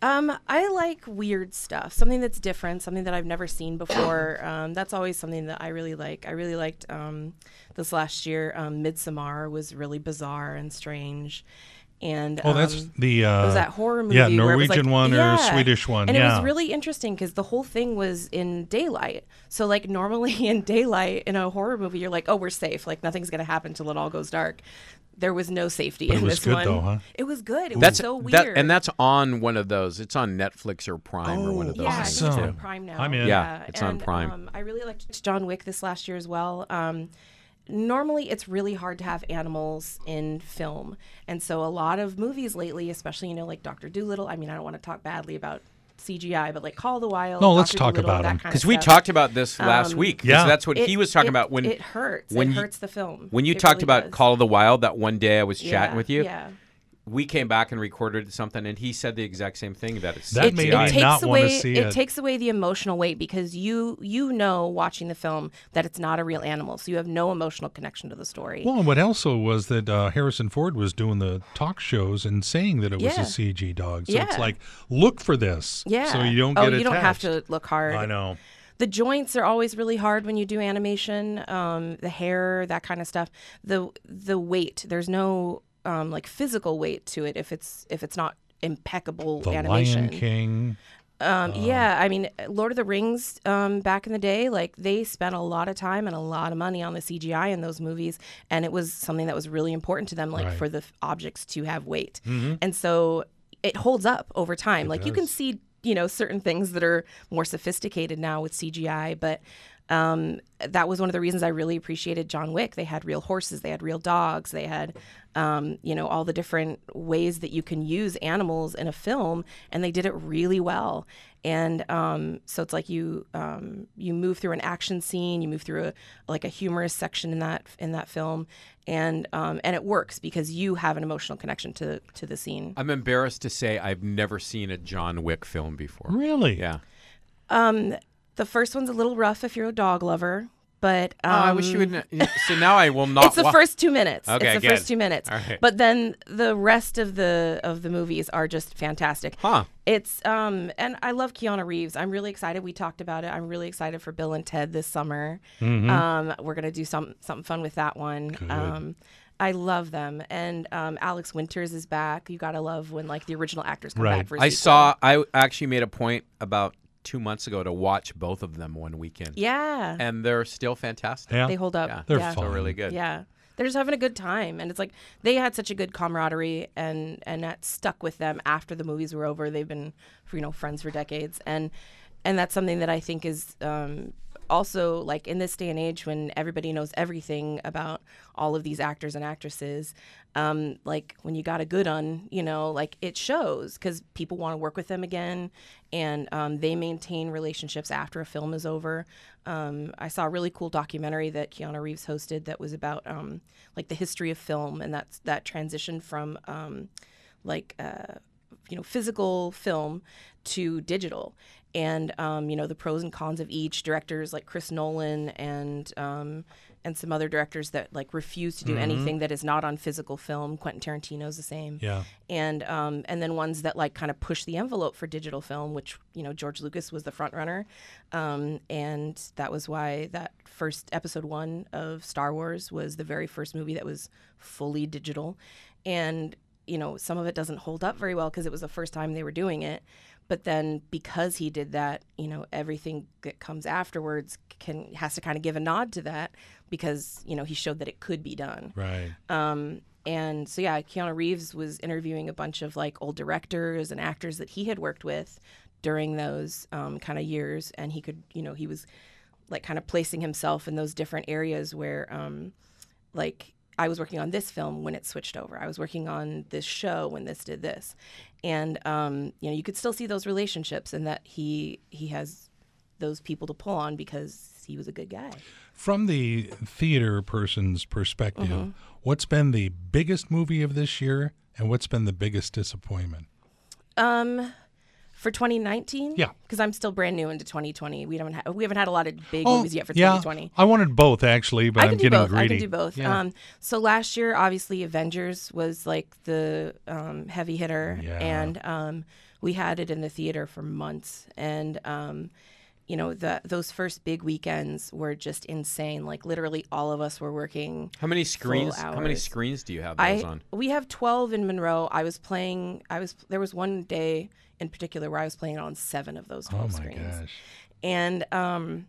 [SPEAKER 4] Um, I like weird stuff, something that's different, something that I've never seen
[SPEAKER 2] <coughs>
[SPEAKER 4] before. Um, that's always something that I really like. I really liked um, this last year. Um, Midsommar was really bizarre and strange, and
[SPEAKER 2] Oh, that's
[SPEAKER 4] um,
[SPEAKER 2] the. Uh,
[SPEAKER 4] it was that horror movie.
[SPEAKER 2] Yeah,
[SPEAKER 4] where it was like-
[SPEAKER 2] Norwegian one or
[SPEAKER 4] Yeah.
[SPEAKER 2] Swedish one.
[SPEAKER 4] And
[SPEAKER 2] yeah.
[SPEAKER 4] it was really interesting because the whole thing was in daylight. So like normally <laughs> in daylight in a horror movie, you're like, oh, we're safe. Like nothing's gonna happen till it all goes dark. There was no safety
[SPEAKER 2] But it
[SPEAKER 4] in
[SPEAKER 2] was
[SPEAKER 4] this
[SPEAKER 2] good,
[SPEAKER 4] one.
[SPEAKER 2] though, huh?
[SPEAKER 4] It was good. It
[SPEAKER 3] That's
[SPEAKER 4] was so weird.
[SPEAKER 3] that- and that's on one of those. It's on Netflix or Prime or one of
[SPEAKER 2] Oh,
[SPEAKER 3] those.
[SPEAKER 4] Yeah, I think it's on
[SPEAKER 2] Awesome.
[SPEAKER 4] Prime now.
[SPEAKER 2] I'm in.
[SPEAKER 3] Yeah, it's on
[SPEAKER 4] and,
[SPEAKER 3] Prime.
[SPEAKER 4] Um, I really liked John Wick this last year as well. Um, normally, it's really hard to have animals in film, and so a lot of movies lately, especially you know like Doctor Doolittle. I mean, I don't want to talk badly about CGI, but like Call of the Wild.
[SPEAKER 2] No, let's
[SPEAKER 4] Dr.
[SPEAKER 2] talk
[SPEAKER 4] Dolittle,
[SPEAKER 2] about
[SPEAKER 4] that
[SPEAKER 2] 'em.
[SPEAKER 4] kind of
[SPEAKER 3] Because we
[SPEAKER 4] stuff.
[SPEAKER 3] talked about this last week. 'cause
[SPEAKER 2] Yeah.
[SPEAKER 3] that's what
[SPEAKER 4] It-
[SPEAKER 3] he was talking
[SPEAKER 4] it-
[SPEAKER 3] about when
[SPEAKER 4] it hurts.
[SPEAKER 3] when
[SPEAKER 4] it
[SPEAKER 3] you-
[SPEAKER 4] hurts the film.
[SPEAKER 3] when you
[SPEAKER 4] It
[SPEAKER 3] talked
[SPEAKER 4] really
[SPEAKER 3] about
[SPEAKER 4] does.
[SPEAKER 3] Call of the Wild. That one day I was chatting
[SPEAKER 4] Yeah,
[SPEAKER 3] with you.
[SPEAKER 4] Yeah.
[SPEAKER 3] We came back and recorded something, and he said the exact same thing that it's
[SPEAKER 2] That
[SPEAKER 3] CGI.
[SPEAKER 4] it,
[SPEAKER 2] made
[SPEAKER 4] it
[SPEAKER 2] me
[SPEAKER 4] takes
[SPEAKER 2] not wanna
[SPEAKER 4] away
[SPEAKER 2] see
[SPEAKER 4] it,
[SPEAKER 2] it.
[SPEAKER 4] takes away the emotional weight because you you know watching the film that it's not a real animal so you have no emotional connection to the story
[SPEAKER 2] Well, and what also was that uh, Harrison Ford was doing the talk shows and saying that it
[SPEAKER 4] Yeah.
[SPEAKER 2] was a CG dog. So
[SPEAKER 4] Yeah.
[SPEAKER 2] it's like, look for this.
[SPEAKER 4] yeah
[SPEAKER 2] So you don't
[SPEAKER 4] oh
[SPEAKER 2] get
[SPEAKER 4] you don't have
[SPEAKER 2] attached.
[SPEAKER 4] to look hard
[SPEAKER 2] I know.
[SPEAKER 4] the joints are always really hard when you do animation um, the hair that kind of stuff the the weight there's no um, like physical weight to it if it's if it's not impeccable
[SPEAKER 2] The Lion
[SPEAKER 4] animation
[SPEAKER 2] King.
[SPEAKER 4] Um, yeah, I mean, Lord of the Rings um, back in the day, like they spent a lot of time and a lot of money on the CGI in those movies, and it was something that was really important to them, like
[SPEAKER 2] Right. Mm-hmm.
[SPEAKER 4] for the f- objects to have weight, and so it holds up over time. like you can
[SPEAKER 2] does.
[SPEAKER 4] see, you know, certain things that are more sophisticated now with CGI, but. Um, that was one of the reasons I really appreciated John Wick. They had real horses, they had real dogs, they had, um, you know, all the different ways that you can use animals in a film, and they did it really well. And um, so it's like you um, you move through an action scene, you move through a, like a humorous section in that in that film, and um, and it works because you have an emotional connection to to the scene.
[SPEAKER 3] I'm embarrassed to say I've never seen a John Wick film before.
[SPEAKER 2] Really?
[SPEAKER 4] Um,
[SPEAKER 3] Yeah.
[SPEAKER 4] The first one's a little rough if you're a dog lover, but um,
[SPEAKER 3] Oh, I wish you would. kn- So now I
[SPEAKER 4] <laughs>
[SPEAKER 3] will not.
[SPEAKER 4] it's the
[SPEAKER 3] wa-
[SPEAKER 4] first two minutes.
[SPEAKER 3] Oh, Okay,
[SPEAKER 4] it's the
[SPEAKER 3] good.
[SPEAKER 4] first two minutes.
[SPEAKER 3] All right.
[SPEAKER 4] But then the rest of the of the movies are just fantastic.
[SPEAKER 3] Huh.
[SPEAKER 4] It's um and I love Keanu Reeves. I'm really excited. We talked about it. I'm really excited for Bill and Ted this summer.
[SPEAKER 3] Mm-hmm.
[SPEAKER 4] Um, we're gonna do some something fun with that one. Um, I love them. And um, Alex Winters is back. You gotta love when like the original actors come
[SPEAKER 2] Right.
[SPEAKER 4] back. For a
[SPEAKER 3] I
[SPEAKER 4] sequel.
[SPEAKER 3] saw. I actually made a point about two months ago to watch both of them one weekend,
[SPEAKER 4] Yeah,
[SPEAKER 3] and they're still fantastic.
[SPEAKER 2] Yeah.
[SPEAKER 4] they hold up.
[SPEAKER 3] Yeah.
[SPEAKER 2] They're
[SPEAKER 4] yeah.
[SPEAKER 2] fun.
[SPEAKER 3] They're really good.
[SPEAKER 4] Yeah. They're just having a good time and it's like they had such a good camaraderie and and that stuck with them after the movies were over. They've been you know friends for decades and and that's something that I think is um also like in this day and age when everybody knows everything about all of these actors and actresses um like when you got a good un you know like it shows because people want to work with them again and um, they maintain relationships after a film is over um, i saw a really cool documentary that keanu reeves hosted that was about um like the history of film and that's that transition from um like uh you know physical film to digital and um, you know the pros and cons of each directors like chris nolan and um, and some other directors that like refuse to do anything that is not on physical film quentin tarantino's the same
[SPEAKER 2] Yeah.
[SPEAKER 4] and um, and then ones that like kind of push the envelope for digital film, which you know George Lucas was the front runner, um, and that was why that first episode one of Star Wars was the very first movie that was fully digital, and you know, some of it doesn't hold up very well because it was the first time they were doing it. But then because he did that, you know, everything that comes afterwards can has to kind of give a nod to that because you know he showed that it could be done.
[SPEAKER 2] Right.
[SPEAKER 4] Um, and so yeah, Keanu Reeves was interviewing a bunch of like old directors and actors that he had worked with during those um, kind of years, and he could, you know, he was like kind of placing himself in those different areas where, um, like, I was working on this film when it switched over. I was working on this show when this did this, and um, you know, you could still see those relationships and that he he has those people to pull on because he was a good guy.
[SPEAKER 2] From the theater person's perspective,
[SPEAKER 4] Mm-hmm.
[SPEAKER 2] what's been the biggest movie of this year and what's been the biggest disappointment?
[SPEAKER 4] Um, for 2019.
[SPEAKER 2] Yeah.
[SPEAKER 4] Because I'm still brand new into 2020. We haven't ha- we haven't had a lot of big movies yet for
[SPEAKER 2] Oh, yeah.
[SPEAKER 4] 2020.
[SPEAKER 2] I wanted both actually, but
[SPEAKER 4] I
[SPEAKER 2] I'm
[SPEAKER 4] can do
[SPEAKER 2] getting
[SPEAKER 4] both.
[SPEAKER 2] greedy.
[SPEAKER 4] I can do both.
[SPEAKER 2] Yeah.
[SPEAKER 4] Um, so last year, obviously, Avengers was like the um, heavy hitter,
[SPEAKER 2] Yeah.
[SPEAKER 4] and um, we had it in the theater for months. And um, you know, the those first big weekends were just insane. Like literally, all of us were working.
[SPEAKER 3] How many screens?
[SPEAKER 4] Full
[SPEAKER 3] How many
[SPEAKER 4] hours.
[SPEAKER 3] screens do you have
[SPEAKER 4] I
[SPEAKER 3] those on?
[SPEAKER 4] we have twelve in Monroe. I was playing. I was there was one day in particular where I was playing on seven of those
[SPEAKER 2] Oh
[SPEAKER 4] twelve
[SPEAKER 2] my
[SPEAKER 4] screens
[SPEAKER 2] gosh.
[SPEAKER 4] and um,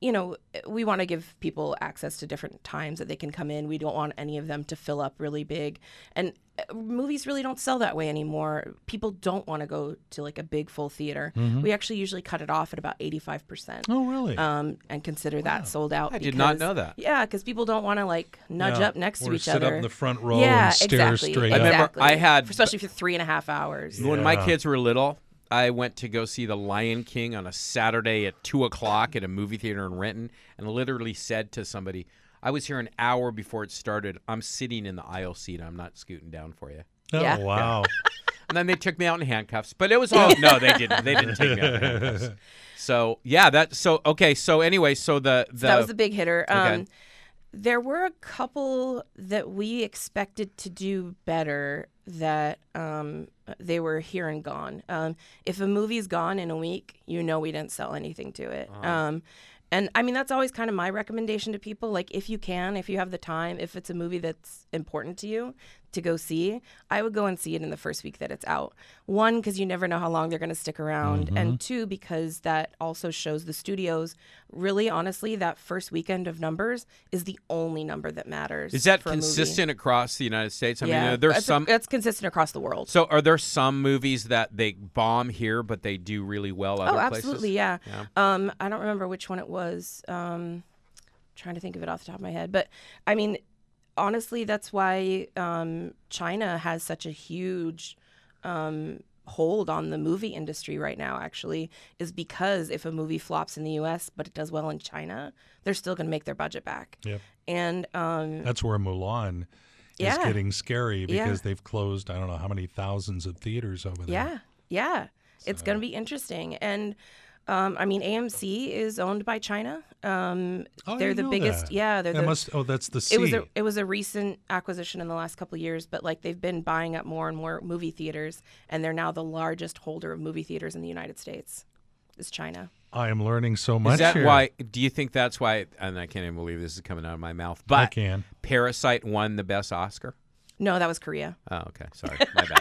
[SPEAKER 4] you know we want to give people access to different times that they can come in we don't want any of them to fill up really big and uh, movies really don't sell that way anymore people don't want to go to like a big full theater we actually usually cut it off at about 85%
[SPEAKER 2] Mm-hmm. Oh really?
[SPEAKER 4] um, and consider that sold out.
[SPEAKER 3] I did not
[SPEAKER 4] because-
[SPEAKER 3] know that.
[SPEAKER 4] Yeah, because people don't want to like nudge
[SPEAKER 2] Yeah.
[SPEAKER 4] up next
[SPEAKER 2] Or
[SPEAKER 4] to each
[SPEAKER 2] sit
[SPEAKER 4] other.
[SPEAKER 2] up in the front row
[SPEAKER 4] yeah,
[SPEAKER 2] and stare
[SPEAKER 4] exactly,
[SPEAKER 2] straight
[SPEAKER 3] I
[SPEAKER 2] up.
[SPEAKER 3] remember
[SPEAKER 4] Exactly.
[SPEAKER 3] I had-
[SPEAKER 4] especially for three and a half hours.
[SPEAKER 3] When my
[SPEAKER 2] Yeah.
[SPEAKER 3] kids were little, I went to go see The Lion King on a Saturday at two o'clock at a movie theater in Renton, and literally said to somebody, "I was here an hour before it started. I'm sitting in the aisle seat. I'm not scooting down for you."
[SPEAKER 2] Oh
[SPEAKER 4] Yeah. <laughs>
[SPEAKER 2] wow.
[SPEAKER 3] And then they took me out in handcuffs, but it was all no, they didn't. They didn't take me out in <laughs> handcuffs. So yeah, that so okay. So anyway, so the the
[SPEAKER 4] that was the big hitter. Um,
[SPEAKER 3] Okay.
[SPEAKER 4] There were a couple that we expected to do better that um, they were here and gone. Um, if a movie's gone in a week, you know we didn't sell anything to it. Um, and I mean, that's always kind of my recommendation to people. Like, if you can, if you have the time, if it's a movie that's important to you to go see, I would go and see it in the first week that it's out. One, because you never know how long they're going to stick around.
[SPEAKER 3] Mm-hmm.
[SPEAKER 4] And two, because that also shows the studios really, honestly, that first weekend of numbers is the only number that matters.
[SPEAKER 3] is that
[SPEAKER 4] for a movie.
[SPEAKER 3] consistent across the United States? I
[SPEAKER 4] yeah.
[SPEAKER 3] mean, are there
[SPEAKER 4] that's,
[SPEAKER 3] some
[SPEAKER 4] that's consistent across the world.
[SPEAKER 3] So, are there some movies that they bomb here, but they do really well other
[SPEAKER 4] Oh,
[SPEAKER 3] places?
[SPEAKER 4] absolutely, yeah. Um, I don't remember which one it was. Um, trying to think of it off the top of my head, but I mean, honestly, that's why um, China has such a huge um, hold on the movie industry right now. Actually, is because if a movie flops in the U.S. but it does well in China, they're still going to make their budget back.
[SPEAKER 2] Yep.
[SPEAKER 4] And um,
[SPEAKER 2] That's where Mulan is
[SPEAKER 4] Yeah.
[SPEAKER 2] getting scary
[SPEAKER 4] Yeah.
[SPEAKER 2] because they've closed I don't know how many thousands of theaters over there.
[SPEAKER 4] Yeah, yeah. It's going to be interesting. And um, I mean, AMC is owned by China. Um,
[SPEAKER 2] Oh, I
[SPEAKER 4] they're
[SPEAKER 2] didn't
[SPEAKER 4] the
[SPEAKER 2] know
[SPEAKER 4] biggest.
[SPEAKER 2] that.
[SPEAKER 4] Yeah, they're
[SPEAKER 2] That
[SPEAKER 4] the.
[SPEAKER 2] must oh that's the C.
[SPEAKER 4] it was a it was a recent acquisition in the last couple of years, but like they've been buying up more and more movie theaters, and they're now the largest holder of movie theaters in the United States. Is China?
[SPEAKER 2] I am learning so much.
[SPEAKER 3] Is that
[SPEAKER 2] here.
[SPEAKER 3] why? Do you think that's why? And I can't even believe this is coming out of my mouth.
[SPEAKER 2] I
[SPEAKER 3] But
[SPEAKER 2] can?
[SPEAKER 3] Parasite won the best Oscar.
[SPEAKER 4] No, that was Korea.
[SPEAKER 3] Oh, okay. Sorry, my <laughs> bad.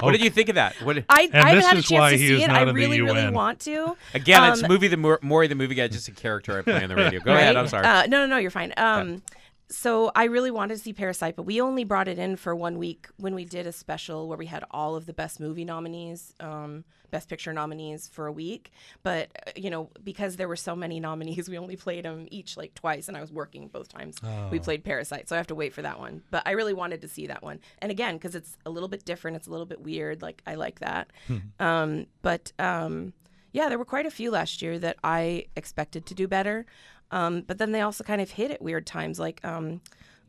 [SPEAKER 3] What did you think of that? What,
[SPEAKER 4] I, I haven't
[SPEAKER 2] this
[SPEAKER 4] had a
[SPEAKER 2] is
[SPEAKER 4] chance
[SPEAKER 2] why
[SPEAKER 4] to
[SPEAKER 2] he
[SPEAKER 4] see
[SPEAKER 2] is
[SPEAKER 4] it.
[SPEAKER 2] not
[SPEAKER 4] I
[SPEAKER 2] in the
[SPEAKER 4] really, really
[SPEAKER 2] UN.
[SPEAKER 4] want to.
[SPEAKER 3] again, it's
[SPEAKER 4] Um,
[SPEAKER 3] movie the Mor- Maury the movie guy, just a character I play on the radio. Go ahead.
[SPEAKER 4] <laughs> right?
[SPEAKER 3] I'm sorry.
[SPEAKER 4] Uh, no, no, no, you're fine. Um, So I really wanted to see Parasite, but we only brought it in for one week when we did a special where we had all of the best movie nominees, um, best picture nominees for a week. But uh, you know, because there were so many nominees, <laughs> we only played them each like twice, and I was working both times. We
[SPEAKER 3] Oh.
[SPEAKER 4] played Parasite, so I have to wait for that one. But I really wanted to see that one, and again, because it's a little bit different, it's a little bit weird. Like I like that.
[SPEAKER 3] Hmm.
[SPEAKER 4] um, but um, yeah, there were quite a few last year that I expected to do better. Um, but then they also kind of hit at weird times. Like um,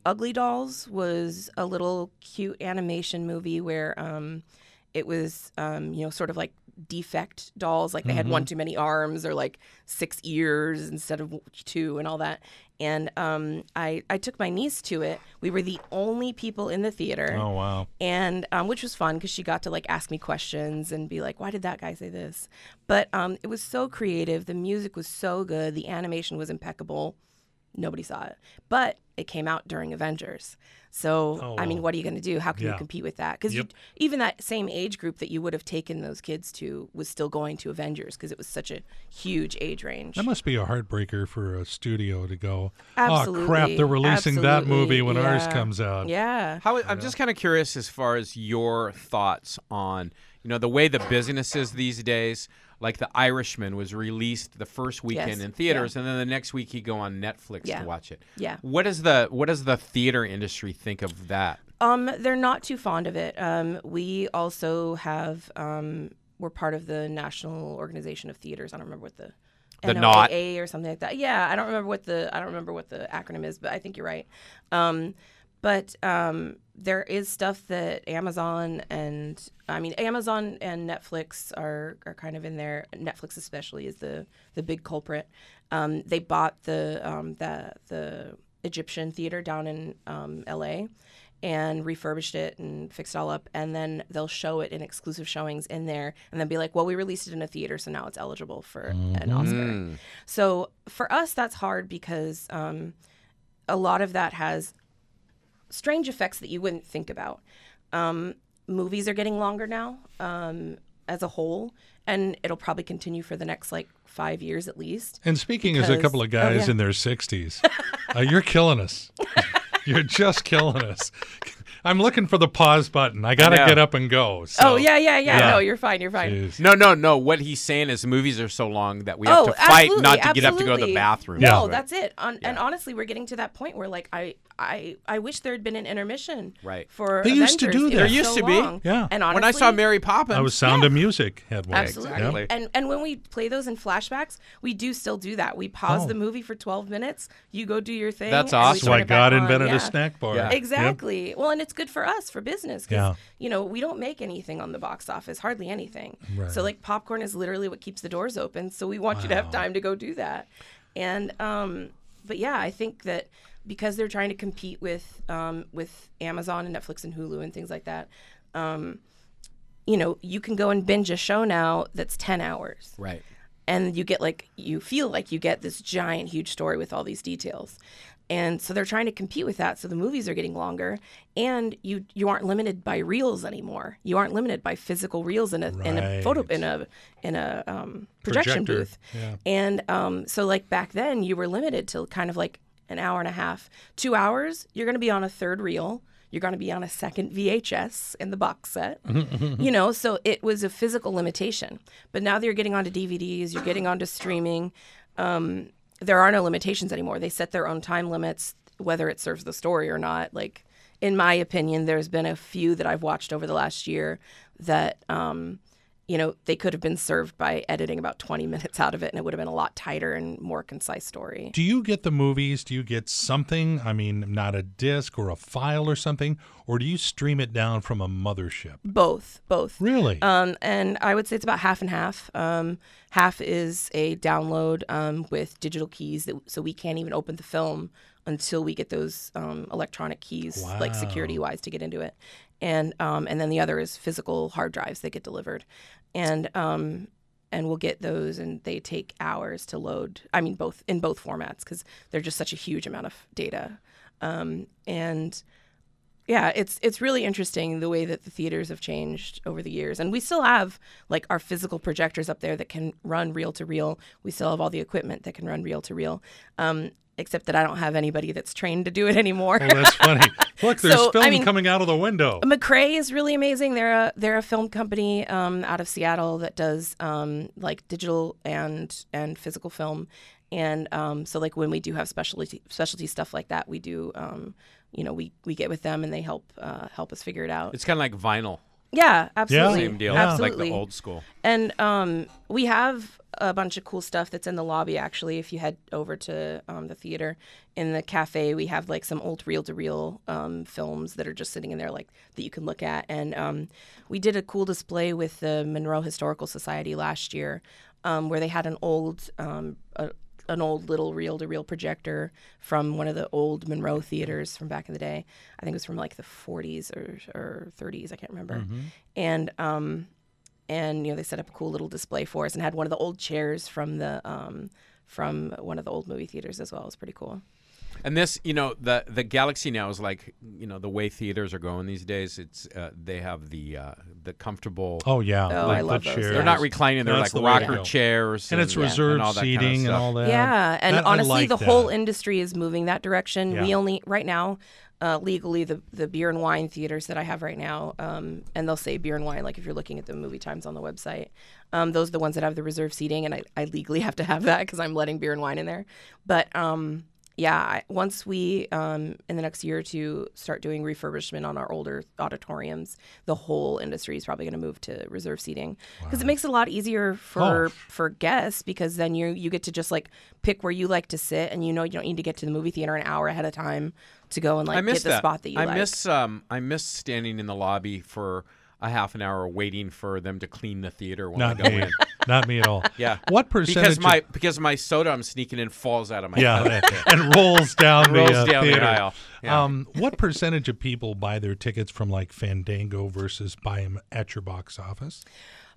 [SPEAKER 4] Ugly Dolls was a little cute animation movie where um, it was, um, you know, sort of like defect dolls. Like they had one too many arms or like six ears instead of two and all that. And um, I, I took my niece to it. We were the only people in the theater
[SPEAKER 2] Oh wow.
[SPEAKER 4] and um, which was fun because she got to like ask me questions and be like, "Why did that guy say this?" But um, it was so creative. The music was so good. The animation was impeccable. Nobody saw it, but it came out during Avengers. So
[SPEAKER 2] Oh,
[SPEAKER 4] I mean,
[SPEAKER 2] wow.
[SPEAKER 4] what are you going to do? How can
[SPEAKER 2] Yeah.
[SPEAKER 4] you compete with that? Because
[SPEAKER 2] Yep.
[SPEAKER 4] even that same age group that you would have taken those kids to was still going to Avengers because it was such a huge age range.
[SPEAKER 2] That must be a heartbreaker for a studio to go. Oh crap!
[SPEAKER 4] Absolutely.
[SPEAKER 2] They're releasing that movie
[SPEAKER 4] Absolutely.
[SPEAKER 2] when ours
[SPEAKER 4] Yeah.
[SPEAKER 2] comes out.
[SPEAKER 4] yeah.
[SPEAKER 3] How I'm just kind of curious as far as your thoughts on you know the way the business is these days. Like The Irishman was released the first weekend
[SPEAKER 4] Yes,
[SPEAKER 3] in theaters, and then the next week you go on Netflix
[SPEAKER 4] Yeah.
[SPEAKER 3] to watch it.
[SPEAKER 4] Yeah.
[SPEAKER 3] What does the What does the theater industry think of that?
[SPEAKER 4] Um, they're not too fond of it. Um, we also have um, we're part of the National Organization of Theaters. I don't remember what the
[SPEAKER 3] The
[SPEAKER 4] NOAA or something like that. Yeah, I don't remember what the I don't remember what the acronym is, but I think you're right. Um, but um, there is stuff that Amazon and I mean Amazon and Netflix are, are kind of in there. Netflix especially is the the big culprit. Um, they bought the um, the the Egyptian theater down in um, L.A. and refurbished it and fixed it all up, and then they'll show it in exclusive showings in there, and then be like, "Well, we released it in a theater, so now it's eligible for an Oscar." So for us, that's hard because um, a lot of that has strange effects that you wouldn't think about. Um, movies are getting longer now um, as a whole, and it'll probably continue for the next like five years at least.
[SPEAKER 2] And speaking as a
[SPEAKER 4] Because- oh,
[SPEAKER 2] couple of guys
[SPEAKER 4] yeah.
[SPEAKER 2] in their
[SPEAKER 4] <laughs>
[SPEAKER 2] 60s, uh, you're killing us. <laughs> you're just killing us. <laughs> I'm looking for the pause button. I got to
[SPEAKER 3] know.
[SPEAKER 2] get up and go. so-
[SPEAKER 4] oh yeah, yeah, yeah,
[SPEAKER 2] Yeah.
[SPEAKER 4] No, you're fine. You're fine.
[SPEAKER 2] Jeez.
[SPEAKER 3] No, no, no. What he's saying is movies are so long that we have
[SPEAKER 4] Oh,
[SPEAKER 3] to fight
[SPEAKER 4] absolutely,
[SPEAKER 3] not to get up to go to the
[SPEAKER 4] absolutely.
[SPEAKER 3] bathroom.
[SPEAKER 2] Yeah.
[SPEAKER 4] No, that's it. On, And honestly, we're getting to that point where like I, I, I wish there had been an intermission.
[SPEAKER 3] Right.
[SPEAKER 4] For
[SPEAKER 2] They used to
[SPEAKER 4] Avengers.
[SPEAKER 2] do
[SPEAKER 4] It
[SPEAKER 2] that. There
[SPEAKER 4] was
[SPEAKER 3] used
[SPEAKER 4] so
[SPEAKER 3] to be.
[SPEAKER 4] long.
[SPEAKER 2] Yeah.
[SPEAKER 4] And honestly,
[SPEAKER 3] when I saw Mary Poppins,
[SPEAKER 2] I was Sound of Music had one.
[SPEAKER 4] Absolutely.
[SPEAKER 3] Exactly.
[SPEAKER 4] And and when we play those in flashbacks, we do still do that. We pause
[SPEAKER 2] Oh.
[SPEAKER 4] the movie for 12 minutes. You go do your thing.
[SPEAKER 3] That's
[SPEAKER 4] and we
[SPEAKER 3] awesome.
[SPEAKER 2] That's
[SPEAKER 4] turn
[SPEAKER 2] why
[SPEAKER 4] it back
[SPEAKER 2] God
[SPEAKER 4] on.
[SPEAKER 2] invented
[SPEAKER 4] Yeah.
[SPEAKER 2] a snack bar.
[SPEAKER 3] Yeah.
[SPEAKER 2] Yep.
[SPEAKER 4] Exactly. Well, and it's good for us for business because
[SPEAKER 2] Yeah.
[SPEAKER 4] you know we don't make anything on the box office, hardly anything.
[SPEAKER 2] Right.
[SPEAKER 4] So like popcorn is literally what keeps the doors open. So we want you to have time to go do that. And um, but yeah, I think that because they're trying to compete with um, with Amazon and Netflix and Hulu and things like that, um, you know, you can go and binge a show now that's ten hours
[SPEAKER 3] right.
[SPEAKER 4] and you get like you feel like you get this giant huge story with all these details and so they're trying to compete with that so the movies are getting longer and you you aren't limited by reels anymore you aren't limited by physical reels in a in a photo
[SPEAKER 2] Right.
[SPEAKER 4] in a in a um, projection
[SPEAKER 2] Projector,
[SPEAKER 4] booth
[SPEAKER 2] yeah.
[SPEAKER 4] and um, so like back then you were limited to kind of like an hour and a half two hours you're going to be on a third reel you're going to be on a second vhs in the
[SPEAKER 2] <laughs>
[SPEAKER 4] box set you know so it was a physical limitation but now that you're getting onto dvds you're getting onto streaming um, there are no limitations anymore they set their own time limits whether it serves the story or not like in my opinion there's been a few that i've watched over the last year that um, you know they could have been served by editing about 20 minutes out of it and it would have been a lot tighter and more concise story
[SPEAKER 2] Do you get the movies? Do you get something? I mean, not a disc or a file or something? Or do you stream it down from a mothership?
[SPEAKER 4] both both
[SPEAKER 2] Really?
[SPEAKER 4] Um, and I would say it's about half and half. Um, half is a download um, with digital keys, that, so we can't even open the film until we get those um, electronic keys, like
[SPEAKER 2] Wow.
[SPEAKER 4] security wise, to get into it. And um, and then the other is physical hard drives that get delivered, and um, and we'll get those, and they take hours to load. I mean, both in both formats because they're just such a huge amount of data. Um, and yeah, it's it's really interesting the way that the theaters have changed over the years, and we still have like our physical projectors up there that can run reel to reel. We still have all the equipment that can run reel to reel, Um, except that I don't have anybody that's trained to do it <laughs> anymore.
[SPEAKER 2] oh, that's funny. Look, there's
[SPEAKER 4] So, I
[SPEAKER 2] film
[SPEAKER 4] mean- Oh,
[SPEAKER 2] coming out of the window.
[SPEAKER 4] McRae is really amazing. They're a they're a film company um, out of Seattle that does um, like digital and and physical film, and um, so like when we do have specialty specialty stuff like that, we do um, you know we we get with them and they help uh, help us figure it out.
[SPEAKER 3] It's kind of like vinyl.
[SPEAKER 4] Yeah, absolutely.
[SPEAKER 2] Same
[SPEAKER 3] Same deal.
[SPEAKER 2] Yeah.
[SPEAKER 4] Absolutely.
[SPEAKER 3] Like the old school.
[SPEAKER 4] And um, we have a bunch of cool stuff that's in the lobby, actually. If you head over to um, the theater in the cafe, we have like some old reel to reel um, films that are just sitting in there, like that you can look at. And um, we did a cool display with the Monroe Historical Society last year um, where they had an old. Um, a, an old little reel to reel projector from one of the old Monroe theaters from back in the day. I think it was from like the 40s or, or 30s, I can't remember. And um, and you know they set up a cool little display for us and had one of the old chairs from the um, from one of the old movie theaters as well. It was pretty cool.
[SPEAKER 3] And this, you know, the the Galaxy now is like, you know, the way theaters are going these days. It's uh, they have the uh, the comfortable.
[SPEAKER 2] Oh yeah,
[SPEAKER 4] Oh,
[SPEAKER 2] like
[SPEAKER 4] I love
[SPEAKER 2] the
[SPEAKER 4] those.
[SPEAKER 2] chairs.
[SPEAKER 3] They're not reclining. They're
[SPEAKER 2] That's the
[SPEAKER 3] like
[SPEAKER 2] way to
[SPEAKER 3] rocker
[SPEAKER 2] go.
[SPEAKER 3] chairs,
[SPEAKER 2] and it's reserved
[SPEAKER 3] all that kind of
[SPEAKER 2] seating and
[SPEAKER 3] stuff.
[SPEAKER 2] all that.
[SPEAKER 4] Yeah, and
[SPEAKER 2] That- I
[SPEAKER 4] honestly,
[SPEAKER 2] like
[SPEAKER 4] the
[SPEAKER 2] that.
[SPEAKER 4] whole industry is moving that direction. We
[SPEAKER 2] Yeah.
[SPEAKER 4] only right now, uh, legally, the the beer and wine theaters that I have right now, um, and they'll say beer and wine. Like if you're looking at the movie times on the website, um, those are the ones that have the reserved seating, and I, I legally have to have that because I'm letting beer and wine in there. But um, yeah, I, once we um, in the next year or two start doing refurbishment on our older auditoriums, the whole industry is probably going to move to reserve seating because it makes it a lot easier for
[SPEAKER 2] Oh.
[SPEAKER 4] for guests because then you you get to just like pick where you like to sit and you know you don't need to get to the movie theater an hour ahead of time to go and like
[SPEAKER 3] I miss
[SPEAKER 4] get the
[SPEAKER 3] that.
[SPEAKER 4] spot that you
[SPEAKER 3] I
[SPEAKER 4] like.
[SPEAKER 3] miss um I miss standing in the lobby for a half an hour waiting for them to clean the theater when I
[SPEAKER 2] Not
[SPEAKER 3] go
[SPEAKER 2] me.
[SPEAKER 4] <laughs>
[SPEAKER 3] in.
[SPEAKER 2] Not me at all.
[SPEAKER 3] Yeah.
[SPEAKER 2] What <laughs> percentage?
[SPEAKER 3] Because my
[SPEAKER 2] of-
[SPEAKER 3] because my soda I'm sneaking in falls out of my cup.
[SPEAKER 2] yeah, and rolls down
[SPEAKER 3] Rolls
[SPEAKER 2] the uh,
[SPEAKER 3] down the
[SPEAKER 2] theater.
[SPEAKER 3] aisle. Yeah.
[SPEAKER 2] Um, what percentage of people buy their tickets from like Fandango versus buy them at your box office?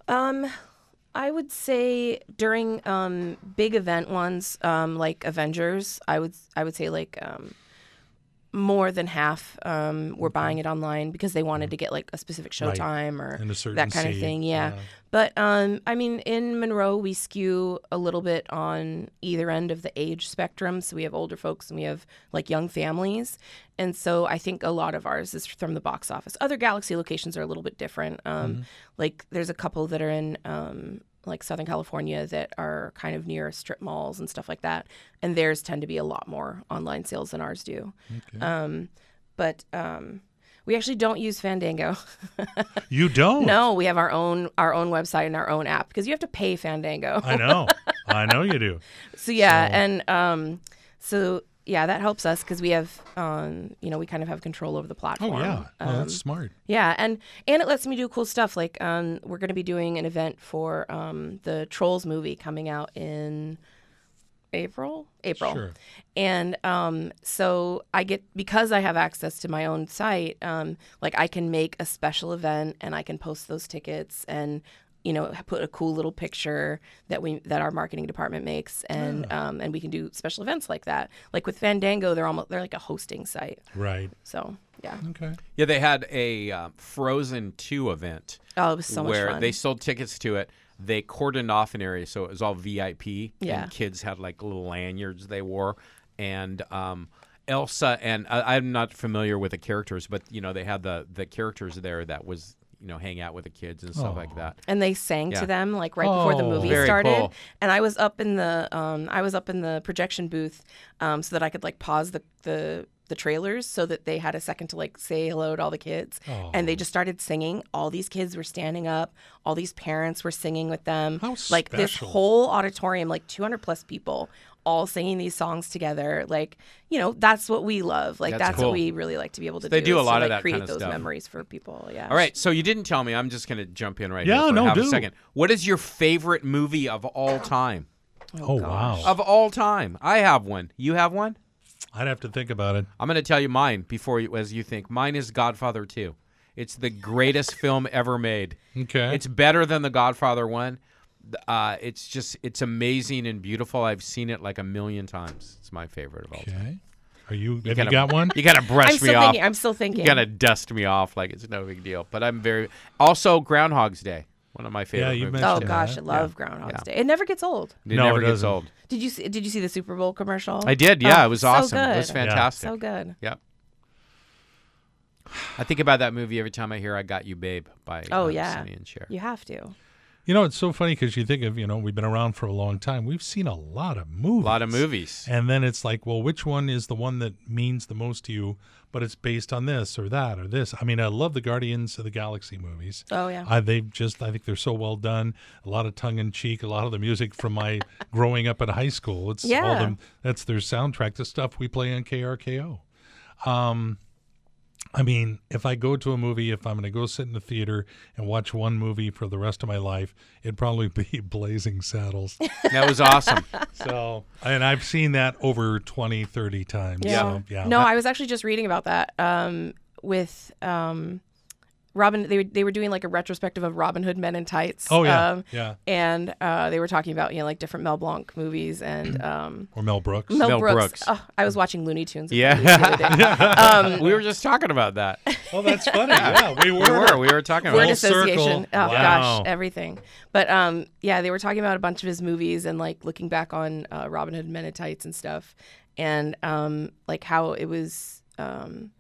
[SPEAKER 4] Um, I would say during um big event ones, um like Avengers, I would I would say like um more than half um were buying it online because they wanted to get like a specific
[SPEAKER 2] Right.
[SPEAKER 4] showtime or
[SPEAKER 2] And a certain
[SPEAKER 4] that kind of
[SPEAKER 2] seat,
[SPEAKER 4] thing. Yeah.
[SPEAKER 2] yeah.
[SPEAKER 4] But um I mean in Monroe we skew a little bit on either end of the age spectrum. So we have older folks and we have like young families. And so I think a lot of ours is from the box office. Other galaxy locations are a little bit different. Um
[SPEAKER 2] Mm-hmm.
[SPEAKER 4] like there's a couple that are in um like Southern California that are kind of near strip malls and stuff like that. And theirs tend to be a lot more online sales than ours do. Um, but um, we actually don't use Fandango. <laughs>
[SPEAKER 2] You don't.
[SPEAKER 4] no, we have our own our own website and our own app because you have to pay Fandango.
[SPEAKER 2] I know. I know you do.
[SPEAKER 4] so yeah, and um, so yeah, that helps us because we have um, you know, we kind of have control over the platform.
[SPEAKER 2] <laughs> Oh yeah. Well,
[SPEAKER 4] Um,
[SPEAKER 2] that's smart.
[SPEAKER 4] yeah, and and it lets me do cool stuff. Like um, we're going to be doing an event for um, the Trolls movie coming out in April. April.
[SPEAKER 2] Sure.
[SPEAKER 4] And um, so I get because I have access to my own site. Um, like I can make a special event and I can post those tickets and you know put a cool little picture that we that our marketing department makes and um, and we can do special events like that. Like with Fandango, they're almost they're like a hosting site.
[SPEAKER 2] Right.
[SPEAKER 4] So yeah.
[SPEAKER 2] Okay.
[SPEAKER 3] Yeah, they had a uh, Frozen 2 event
[SPEAKER 4] Oh, it was so
[SPEAKER 3] where
[SPEAKER 4] much fun.
[SPEAKER 3] they sold tickets to it. They cordoned off an area, so it was all VIP.
[SPEAKER 4] Yeah.
[SPEAKER 3] And kids had like little lanyards they wore. And um, Elsa and I, I'm not familiar with the characters, but you know they had the the characters there that was you know hang out with the kids and stuff like that.
[SPEAKER 4] and they sang
[SPEAKER 3] Yeah.
[SPEAKER 4] to them like right before the
[SPEAKER 2] Oh.
[SPEAKER 4] movie
[SPEAKER 3] Very
[SPEAKER 4] started
[SPEAKER 3] cool.
[SPEAKER 4] and i was up in the um, i was up in the projection booth um, so that i could like pause the, the the trailers so that they had a second to like say hello to all the kids and they
[SPEAKER 3] Oh.
[SPEAKER 4] just started singing all these kids were standing up all these parents were singing with them
[SPEAKER 2] How
[SPEAKER 4] like this
[SPEAKER 2] special.
[SPEAKER 4] whole auditorium like 200 plus people all singing these songs together like you know that's what we love like
[SPEAKER 3] That's
[SPEAKER 4] that's,
[SPEAKER 3] cool.
[SPEAKER 4] what we really like to be able to
[SPEAKER 3] They
[SPEAKER 4] do,
[SPEAKER 3] do a
[SPEAKER 4] is to,
[SPEAKER 3] lot of
[SPEAKER 4] like,
[SPEAKER 3] that kind
[SPEAKER 4] create
[SPEAKER 3] of
[SPEAKER 4] those
[SPEAKER 3] stuff.
[SPEAKER 4] memories for people yeah
[SPEAKER 3] All right, so you didn't tell me. I'm just gonna jump in right
[SPEAKER 2] Yeah,
[SPEAKER 3] here for
[SPEAKER 2] no,
[SPEAKER 3] half a
[SPEAKER 2] do.
[SPEAKER 3] second. What is your favorite movie of all time?
[SPEAKER 2] Oh, wow.
[SPEAKER 3] Of all time, I have one. You have one?
[SPEAKER 2] I'd have to think about it.
[SPEAKER 3] I'm going to tell you mine before you, as you think. Mine is Godfather 2. It's the greatest film ever made.
[SPEAKER 2] Okay.
[SPEAKER 3] It's better than The Godfather 1. Th- Uh, it's just, it's amazing and beautiful. I've seen it like a million times. It's my favorite of all time.
[SPEAKER 2] okay. Are you? Have you,
[SPEAKER 3] gotta-
[SPEAKER 2] got one?
[SPEAKER 3] You got to brush
[SPEAKER 4] i'm
[SPEAKER 3] me
[SPEAKER 4] still
[SPEAKER 3] off.
[SPEAKER 4] thinking i'm still thinking
[SPEAKER 3] you got to dust me off like it's no big deal. But I'm very, also Groundhog's Day, one of my favorite
[SPEAKER 2] you
[SPEAKER 3] movies.
[SPEAKER 4] Oh
[SPEAKER 2] Yeah.
[SPEAKER 4] gosh, I love Groundhog's Day. It never gets old.
[SPEAKER 3] It
[SPEAKER 2] No,
[SPEAKER 3] never
[SPEAKER 2] it
[SPEAKER 3] gets
[SPEAKER 2] doesn't.
[SPEAKER 3] old.
[SPEAKER 4] Did you see, did you see the Super Bowl commercial?
[SPEAKER 3] I did, yeah.
[SPEAKER 4] Oh,
[SPEAKER 3] it was
[SPEAKER 4] so
[SPEAKER 3] awesome.
[SPEAKER 4] Good.
[SPEAKER 3] It was fantastic.
[SPEAKER 4] So good.
[SPEAKER 3] Yep. I think about that movie every time I hear "I Got You, Babe" by
[SPEAKER 4] Oh
[SPEAKER 3] uh,
[SPEAKER 4] yeah,
[SPEAKER 3] Sonny and Cher.
[SPEAKER 4] you have to.
[SPEAKER 2] You know, it's so funny because you think of, you know, we've been around for a long time. We've seen a lot of movies.
[SPEAKER 3] A lot
[SPEAKER 4] <laughs>
[SPEAKER 3] of movies.
[SPEAKER 2] And then it's like, well, which one is the one that means the most to you, but it's based on this or that or this? I mean, I love the Guardians of the Galaxy movies.
[SPEAKER 4] Oh
[SPEAKER 3] Uh,
[SPEAKER 4] yeah.
[SPEAKER 2] I, they just, I think they're so well done. A lot of tongue in cheek, a lot of the music from
[SPEAKER 4] <laughs>
[SPEAKER 2] my growing up in high school. It's all
[SPEAKER 4] Yeah.
[SPEAKER 2] them, that's their soundtrack, the stuff we play on KRKO. Um, I mean, if I go to a movie, if I'm going to go sit in the theater and watch one movie for the rest of my life, it'd probably be <laughs> Blazing Saddles.
[SPEAKER 3] That was
[SPEAKER 4] <laughs>
[SPEAKER 3] awesome.
[SPEAKER 2] so, and I've seen that over 20, 30 times. So, yeah.
[SPEAKER 4] No, I was actually just reading about that um, with um, Robin. They were, they were doing like a retrospective of Robin Hood Men in Tights. Um,
[SPEAKER 2] Oh, yeah, yeah.
[SPEAKER 4] And uh, they were talking about you know like different Mel Blanc movies and um,
[SPEAKER 2] Or Mel Brooks.
[SPEAKER 4] Mel,
[SPEAKER 3] Mel
[SPEAKER 4] Brooks.
[SPEAKER 3] Brooks.
[SPEAKER 4] Oh, I was watching Looney Tunes. with
[SPEAKER 3] Yeah.
[SPEAKER 4] <laughs> Louis the other day. Um,
[SPEAKER 3] we were just talking about
[SPEAKER 4] <laughs>
[SPEAKER 3] that.
[SPEAKER 2] Oh, that's funny. yeah, we were.
[SPEAKER 3] We were. We were talking about
[SPEAKER 2] Full
[SPEAKER 4] word
[SPEAKER 3] it.
[SPEAKER 2] circle.
[SPEAKER 4] association. Oh
[SPEAKER 2] Wow.
[SPEAKER 4] gosh, everything. But um, yeah, they were talking about a bunch of his movies and like looking back on uh, Robin Hood Men in Tights and stuff, and um, like how it was um,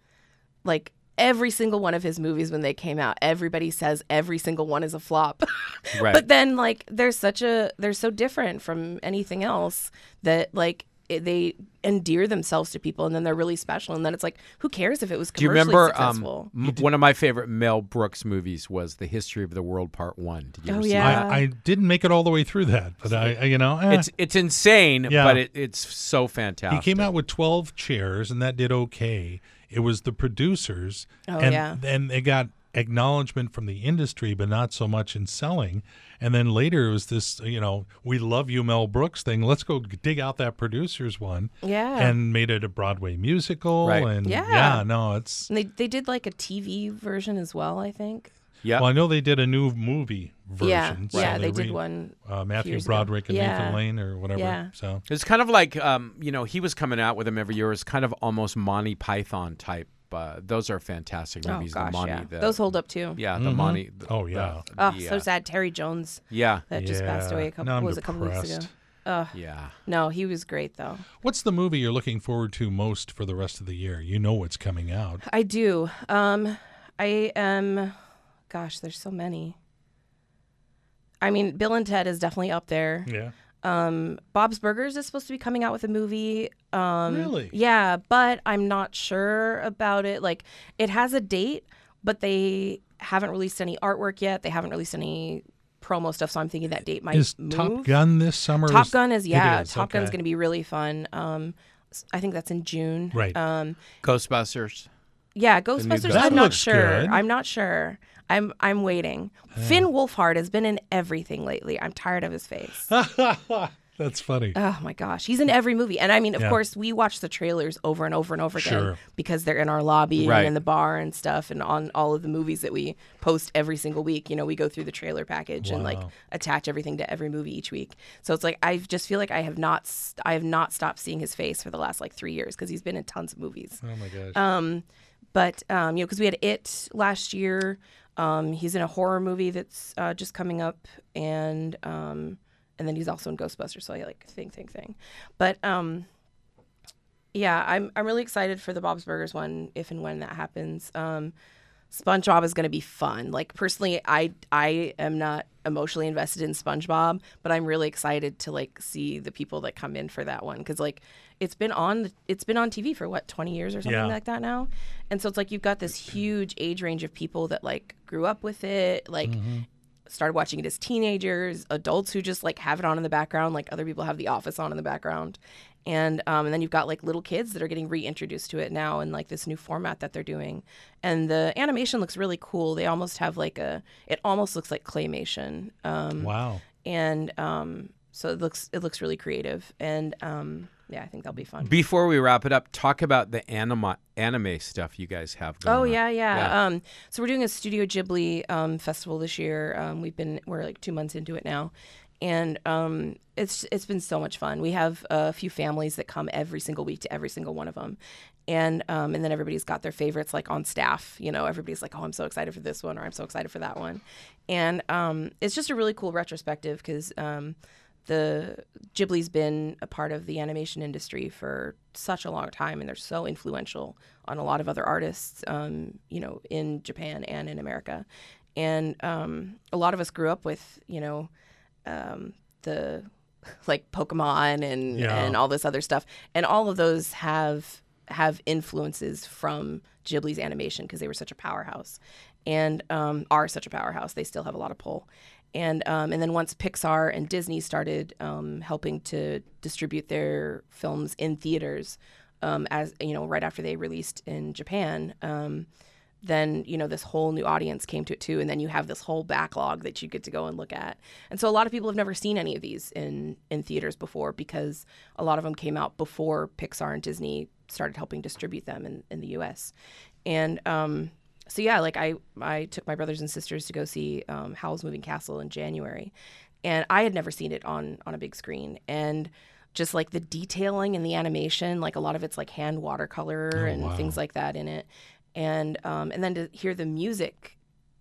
[SPEAKER 4] like every single one of his movies when they came out, everybody says every single one is a flop. <laughs>
[SPEAKER 3] Right.
[SPEAKER 4] But then like they're such a they're so different from anything else that like. It, they endear themselves to people, and then they're really special. And then it's like, who cares if it was
[SPEAKER 3] Do you
[SPEAKER 4] commercially
[SPEAKER 3] remember um,
[SPEAKER 4] successful?
[SPEAKER 3] m- one of my favorite Mel Brooks movies was The History of the World Part One? Did you
[SPEAKER 4] Oh,
[SPEAKER 3] ever see
[SPEAKER 4] yeah.
[SPEAKER 3] that?
[SPEAKER 2] I, I didn't make it all the way through that, but I, I- you know, eh.
[SPEAKER 3] It's it's insane,
[SPEAKER 2] Yeah.
[SPEAKER 3] but it, it's so
[SPEAKER 2] he
[SPEAKER 3] fantastic.
[SPEAKER 2] came out with 12 chairs and that did okay. It was the producers.
[SPEAKER 4] Oh,
[SPEAKER 2] and,
[SPEAKER 4] yeah.
[SPEAKER 2] And it got acknowledgement from the industry, but not so much in selling. And then later it was this, you know, we love you, Mel Brooks thing. Let's go dig out that producer's one.
[SPEAKER 4] Yeah.
[SPEAKER 2] And made it a Broadway musical.
[SPEAKER 3] Right.
[SPEAKER 2] And
[SPEAKER 4] Yeah.
[SPEAKER 2] no, it's.
[SPEAKER 4] And they they did like a TV version as well, I think.
[SPEAKER 3] Yep.
[SPEAKER 2] Well, I know they did a new movie version.
[SPEAKER 4] yeah,
[SPEAKER 2] so
[SPEAKER 4] yeah, they, did
[SPEAKER 2] re-
[SPEAKER 4] one.
[SPEAKER 2] Uh, Matthew
[SPEAKER 4] years ago.
[SPEAKER 2] Broderick and
[SPEAKER 4] Yeah.
[SPEAKER 2] Nathan Lane or whatever.
[SPEAKER 4] Yeah.
[SPEAKER 2] So.
[SPEAKER 3] It's kind of like um, you know he was coming out with them every year. It's kind of almost Monty Python type. Uh, those are fantastic
[SPEAKER 4] Oh
[SPEAKER 3] movies.
[SPEAKER 4] gosh,
[SPEAKER 3] the Monty,
[SPEAKER 4] yeah,
[SPEAKER 3] the,
[SPEAKER 4] those hold up too.
[SPEAKER 3] yeah, the Monty. the-
[SPEAKER 2] Oh, yeah.
[SPEAKER 3] the-
[SPEAKER 4] Oh,
[SPEAKER 3] yeah.
[SPEAKER 4] so sad. Terry Jones
[SPEAKER 3] Yeah,
[SPEAKER 4] that just passed
[SPEAKER 2] Yeah.
[SPEAKER 4] away a couple
[SPEAKER 2] Now I'm
[SPEAKER 4] what was it, a couple weeks ago.
[SPEAKER 2] depressed.
[SPEAKER 3] yeah.
[SPEAKER 4] No, he was great though.
[SPEAKER 2] What's the movie you're looking forward to most for the rest of the year? You know what's coming out.
[SPEAKER 4] I do. Um, I am. Gosh, there's so many. I mean, Bill and Ted is definitely up there.
[SPEAKER 2] Yeah.
[SPEAKER 4] Um, Bob's Burgers is supposed to be coming out with a movie. Um,
[SPEAKER 2] Really?
[SPEAKER 4] Yeah, but I'm not sure about it. Like, it has a date, but they haven't released any artwork yet. They haven't released any promo stuff, so I'm thinking that date might
[SPEAKER 2] Is
[SPEAKER 4] move.
[SPEAKER 2] Top Gun this summer?
[SPEAKER 4] Top Gun is
[SPEAKER 2] It
[SPEAKER 4] yeah.
[SPEAKER 2] is,
[SPEAKER 4] Top Gun's
[SPEAKER 2] okay.
[SPEAKER 4] going to be really fun. Um, s- I think that's in June.
[SPEAKER 2] Right.
[SPEAKER 4] Um,
[SPEAKER 3] Ghostbusters.
[SPEAKER 4] yeah, Ghostbusters.
[SPEAKER 2] That
[SPEAKER 4] I'm not
[SPEAKER 2] looks
[SPEAKER 4] sure.
[SPEAKER 2] good. Uh.
[SPEAKER 4] I'm not sure. I'm I'm waiting. Finn Wolfhard has been in everything lately. I'm tired of his face.
[SPEAKER 2] That's funny.
[SPEAKER 4] Oh my gosh, he's in every movie, and I mean, of
[SPEAKER 2] Yeah.
[SPEAKER 4] course, we watch the trailers over and over and over again
[SPEAKER 2] Sure.
[SPEAKER 4] because they're in our lobby
[SPEAKER 3] Right.
[SPEAKER 4] and in the bar and stuff, and on all of the movies that we post every single week. You know, we go through the trailer package and like
[SPEAKER 2] Wow.
[SPEAKER 4] attach everything to every movie each week. So it's like I just feel like I have not, st- I have not stopped seeing his face for the last like three years because he's been in tons of movies.
[SPEAKER 2] oh my gosh.
[SPEAKER 4] um, But um, you know, because we had it last year, um, he's in a horror movie that's uh, just coming up, and um, and then he's also in Ghostbusters. So I like thing, thing, thing. But um, yeah, I'm I'm really excited for the Bob's Burgers one, if and when that happens. Um, SpongeBob is going to be fun. Like personally, I I am not emotionally invested in SpongeBob, but I'm really excited to like see the people that come in for that one because like it's been on it's been on TV for what 20 years or something
[SPEAKER 2] Yeah.
[SPEAKER 4] like that now, and so it's like you've got this huge age range of people that like grew up with it, like started watching it as teenagers, adults who just like have it on in the background, like other people have The Office on in the background. And, um, and then you've got like little kids that are getting reintroduced to it now in like this new format that they're doing. And the animation looks really cool. They almost have like a, it almost looks like claymation. Um,
[SPEAKER 2] wow.
[SPEAKER 4] And um, so it looks, it looks really creative. And um, yeah, I think that'll be fun.
[SPEAKER 3] Before we wrap it up, talk about the anima, anime stuff you guys have going
[SPEAKER 4] Oh
[SPEAKER 3] on.
[SPEAKER 4] yeah, yeah.
[SPEAKER 3] Yeah.
[SPEAKER 4] Um, so we're doing a Studio Ghibli um, festival this year. Um, we've been we're like two months into it now, and um, it's it's been so much fun. We have a few families that come every single week to every single one of them, and um, and then everybody's got their favorites like on staff. You know, everybody's like, oh, I'm so excited for this one, or I'm so excited for that one, and um, it's just a really cool retrospective because. Um, the Ghibli's been a part of the animation industry for such a long time, and they're so influential on a lot of other artists, um, you know, in Japan and in America. And um, a lot of us grew up with, you know, um, the <laughs> like Pokemon and
[SPEAKER 2] Yeah.
[SPEAKER 4] and all this other stuff, and all of those have have influences from Ghibli's animation because they were such a powerhouse, and um, are such a powerhouse. They still have a lot of pull, and um, and then once Pixar and Disney started um, helping to distribute their films in theaters, um, as you know, right after they released in Japan. Um, then you know this whole new audience came to it too and then you have this whole backlog that you get to go and look at and so a lot of people have never seen any of these in in theaters before because a lot of them came out before pixar and disney started helping distribute them in, in the us and um so yeah, like I I took my brothers and sisters to go see um, Howl's Moving Castle in January, and I had never seen it on on a big screen, and just like the detailing and the animation, like a lot of it's like hand watercolor
[SPEAKER 2] Oh,
[SPEAKER 4] and
[SPEAKER 2] wow.
[SPEAKER 4] things like that in it, and um, and then to hear the music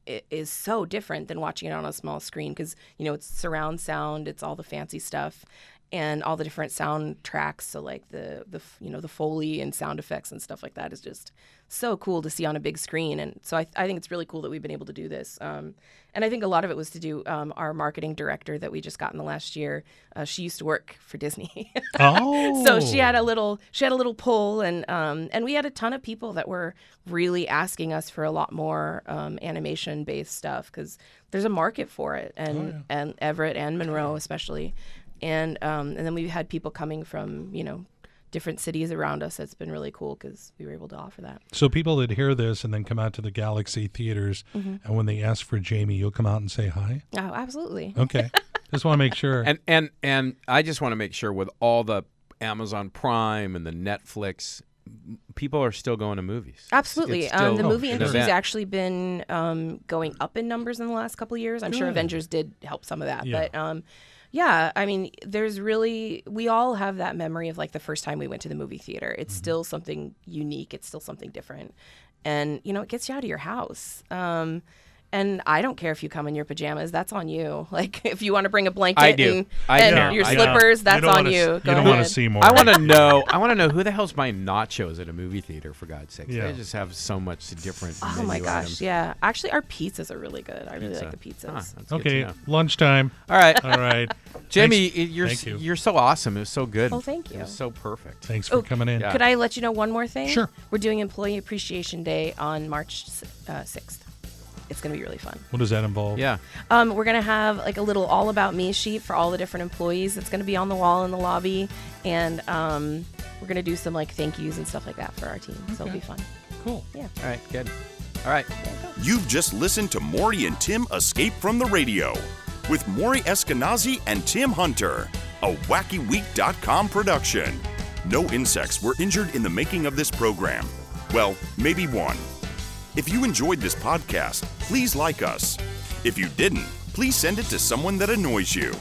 [SPEAKER 4] i- is so different than watching it on a small screen because you know it's surround sound, it's all the fancy stuff. And all the different sound tracks, so like the the f- you know the foley and sound effects and stuff like that is just so cool to see on a big screen. And so I, I think it's really cool that we've been able to do this. Um, and I think a lot of it was to do um, our marketing director that we just got in the last year. Uh, she used to work for Disney, <laughs>
[SPEAKER 2] Oh,
[SPEAKER 4] <laughs> so she had a little she had a little pull, and um, and we had a ton of people that were really asking us for a lot more um, animation based stuff because there's a market for it, and and Everett and Monroe especially, and um, and then we had people coming from you know different cities around us. That's been really cool because we were able to offer that.
[SPEAKER 2] So people that hear this and then come out to the Galaxy theaters,
[SPEAKER 4] Mm-hmm.
[SPEAKER 2] and when they ask for Jamie, you'll come out and say hi.
[SPEAKER 4] Oh, absolutely. <laughs>
[SPEAKER 2] Okay, just want to make sure.
[SPEAKER 3] And and and I just want to make sure with all the Amazon Prime and the Netflix, m- people are still going to movies.
[SPEAKER 4] Absolutely.
[SPEAKER 3] It's
[SPEAKER 4] Um,
[SPEAKER 3] still
[SPEAKER 4] the
[SPEAKER 2] Oh,
[SPEAKER 4] movie
[SPEAKER 3] an
[SPEAKER 4] industry's
[SPEAKER 3] event.
[SPEAKER 4] actually been um, going up in numbers in the last couple of years. I'm sure Avengers did help some of that,
[SPEAKER 2] Yeah.
[SPEAKER 4] but um, yeah, I mean, there's really we all have that memory of like the first time we went to the movie theater.
[SPEAKER 3] Mm-hmm.
[SPEAKER 4] It's still something unique. It's still something different, and you know, it gets you out of your house. Um, and I don't care if you come in your pajamas. That's on you. <laughs> Like if you want to bring a blanket
[SPEAKER 3] do.
[SPEAKER 4] and,
[SPEAKER 3] I
[SPEAKER 2] Yeah,
[SPEAKER 4] and
[SPEAKER 3] care.
[SPEAKER 2] I
[SPEAKER 4] your
[SPEAKER 2] know.
[SPEAKER 4] slippers, that's
[SPEAKER 2] don't
[SPEAKER 4] on
[SPEAKER 2] wanna s-
[SPEAKER 4] you. Go
[SPEAKER 2] you don't want
[SPEAKER 4] ahead.
[SPEAKER 2] to see more.
[SPEAKER 3] I want
[SPEAKER 4] <laughs>
[SPEAKER 3] to know. I want to know who the hell's buying nachos at a movie theater for God's sake.
[SPEAKER 2] Yeah.
[SPEAKER 3] They just have so much different.
[SPEAKER 4] Oh
[SPEAKER 3] menu
[SPEAKER 4] my gosh!
[SPEAKER 3] items.
[SPEAKER 4] Yeah, actually, our pizzas are really good. I really
[SPEAKER 3] It's
[SPEAKER 4] like
[SPEAKER 3] a-
[SPEAKER 4] the pizzas.
[SPEAKER 3] ah, that's good to
[SPEAKER 2] Okay,
[SPEAKER 3] know.
[SPEAKER 2] lunchtime. <laughs>
[SPEAKER 3] All right,
[SPEAKER 2] All right,
[SPEAKER 3] Jamie,
[SPEAKER 2] Thanks-
[SPEAKER 3] you're
[SPEAKER 2] thank you.
[SPEAKER 3] are so awesome. It was so good.
[SPEAKER 4] Oh, thank
[SPEAKER 3] It was
[SPEAKER 4] you.
[SPEAKER 3] so perfect.
[SPEAKER 2] Thanks for
[SPEAKER 4] Oh,
[SPEAKER 2] coming in.
[SPEAKER 3] yeah.
[SPEAKER 4] Could I let you know one more thing?
[SPEAKER 2] Sure.
[SPEAKER 4] We're doing Employee Appreciation Day on March uh, 6th. It's going to be really fun.
[SPEAKER 2] What does that involve?
[SPEAKER 3] Yeah.
[SPEAKER 4] Um, we're going to have like a little all about me sheet for all the different employees. It's going to be on the wall in the lobby. And um, we're going to do some like thank yous and stuff like that for our team. So it'll be fun.
[SPEAKER 2] cool.
[SPEAKER 4] Yeah.
[SPEAKER 3] All right. Good. All right.
[SPEAKER 1] You've just listened to Maury and Tim Escape from the Radio with Maury Eskenazi and Tim Hunter, a wackyweek.com production. No insects were injured in the making of this program. Well, maybe one. If you enjoyed this podcast, please like us. If you didn't, please send it to someone that annoys you.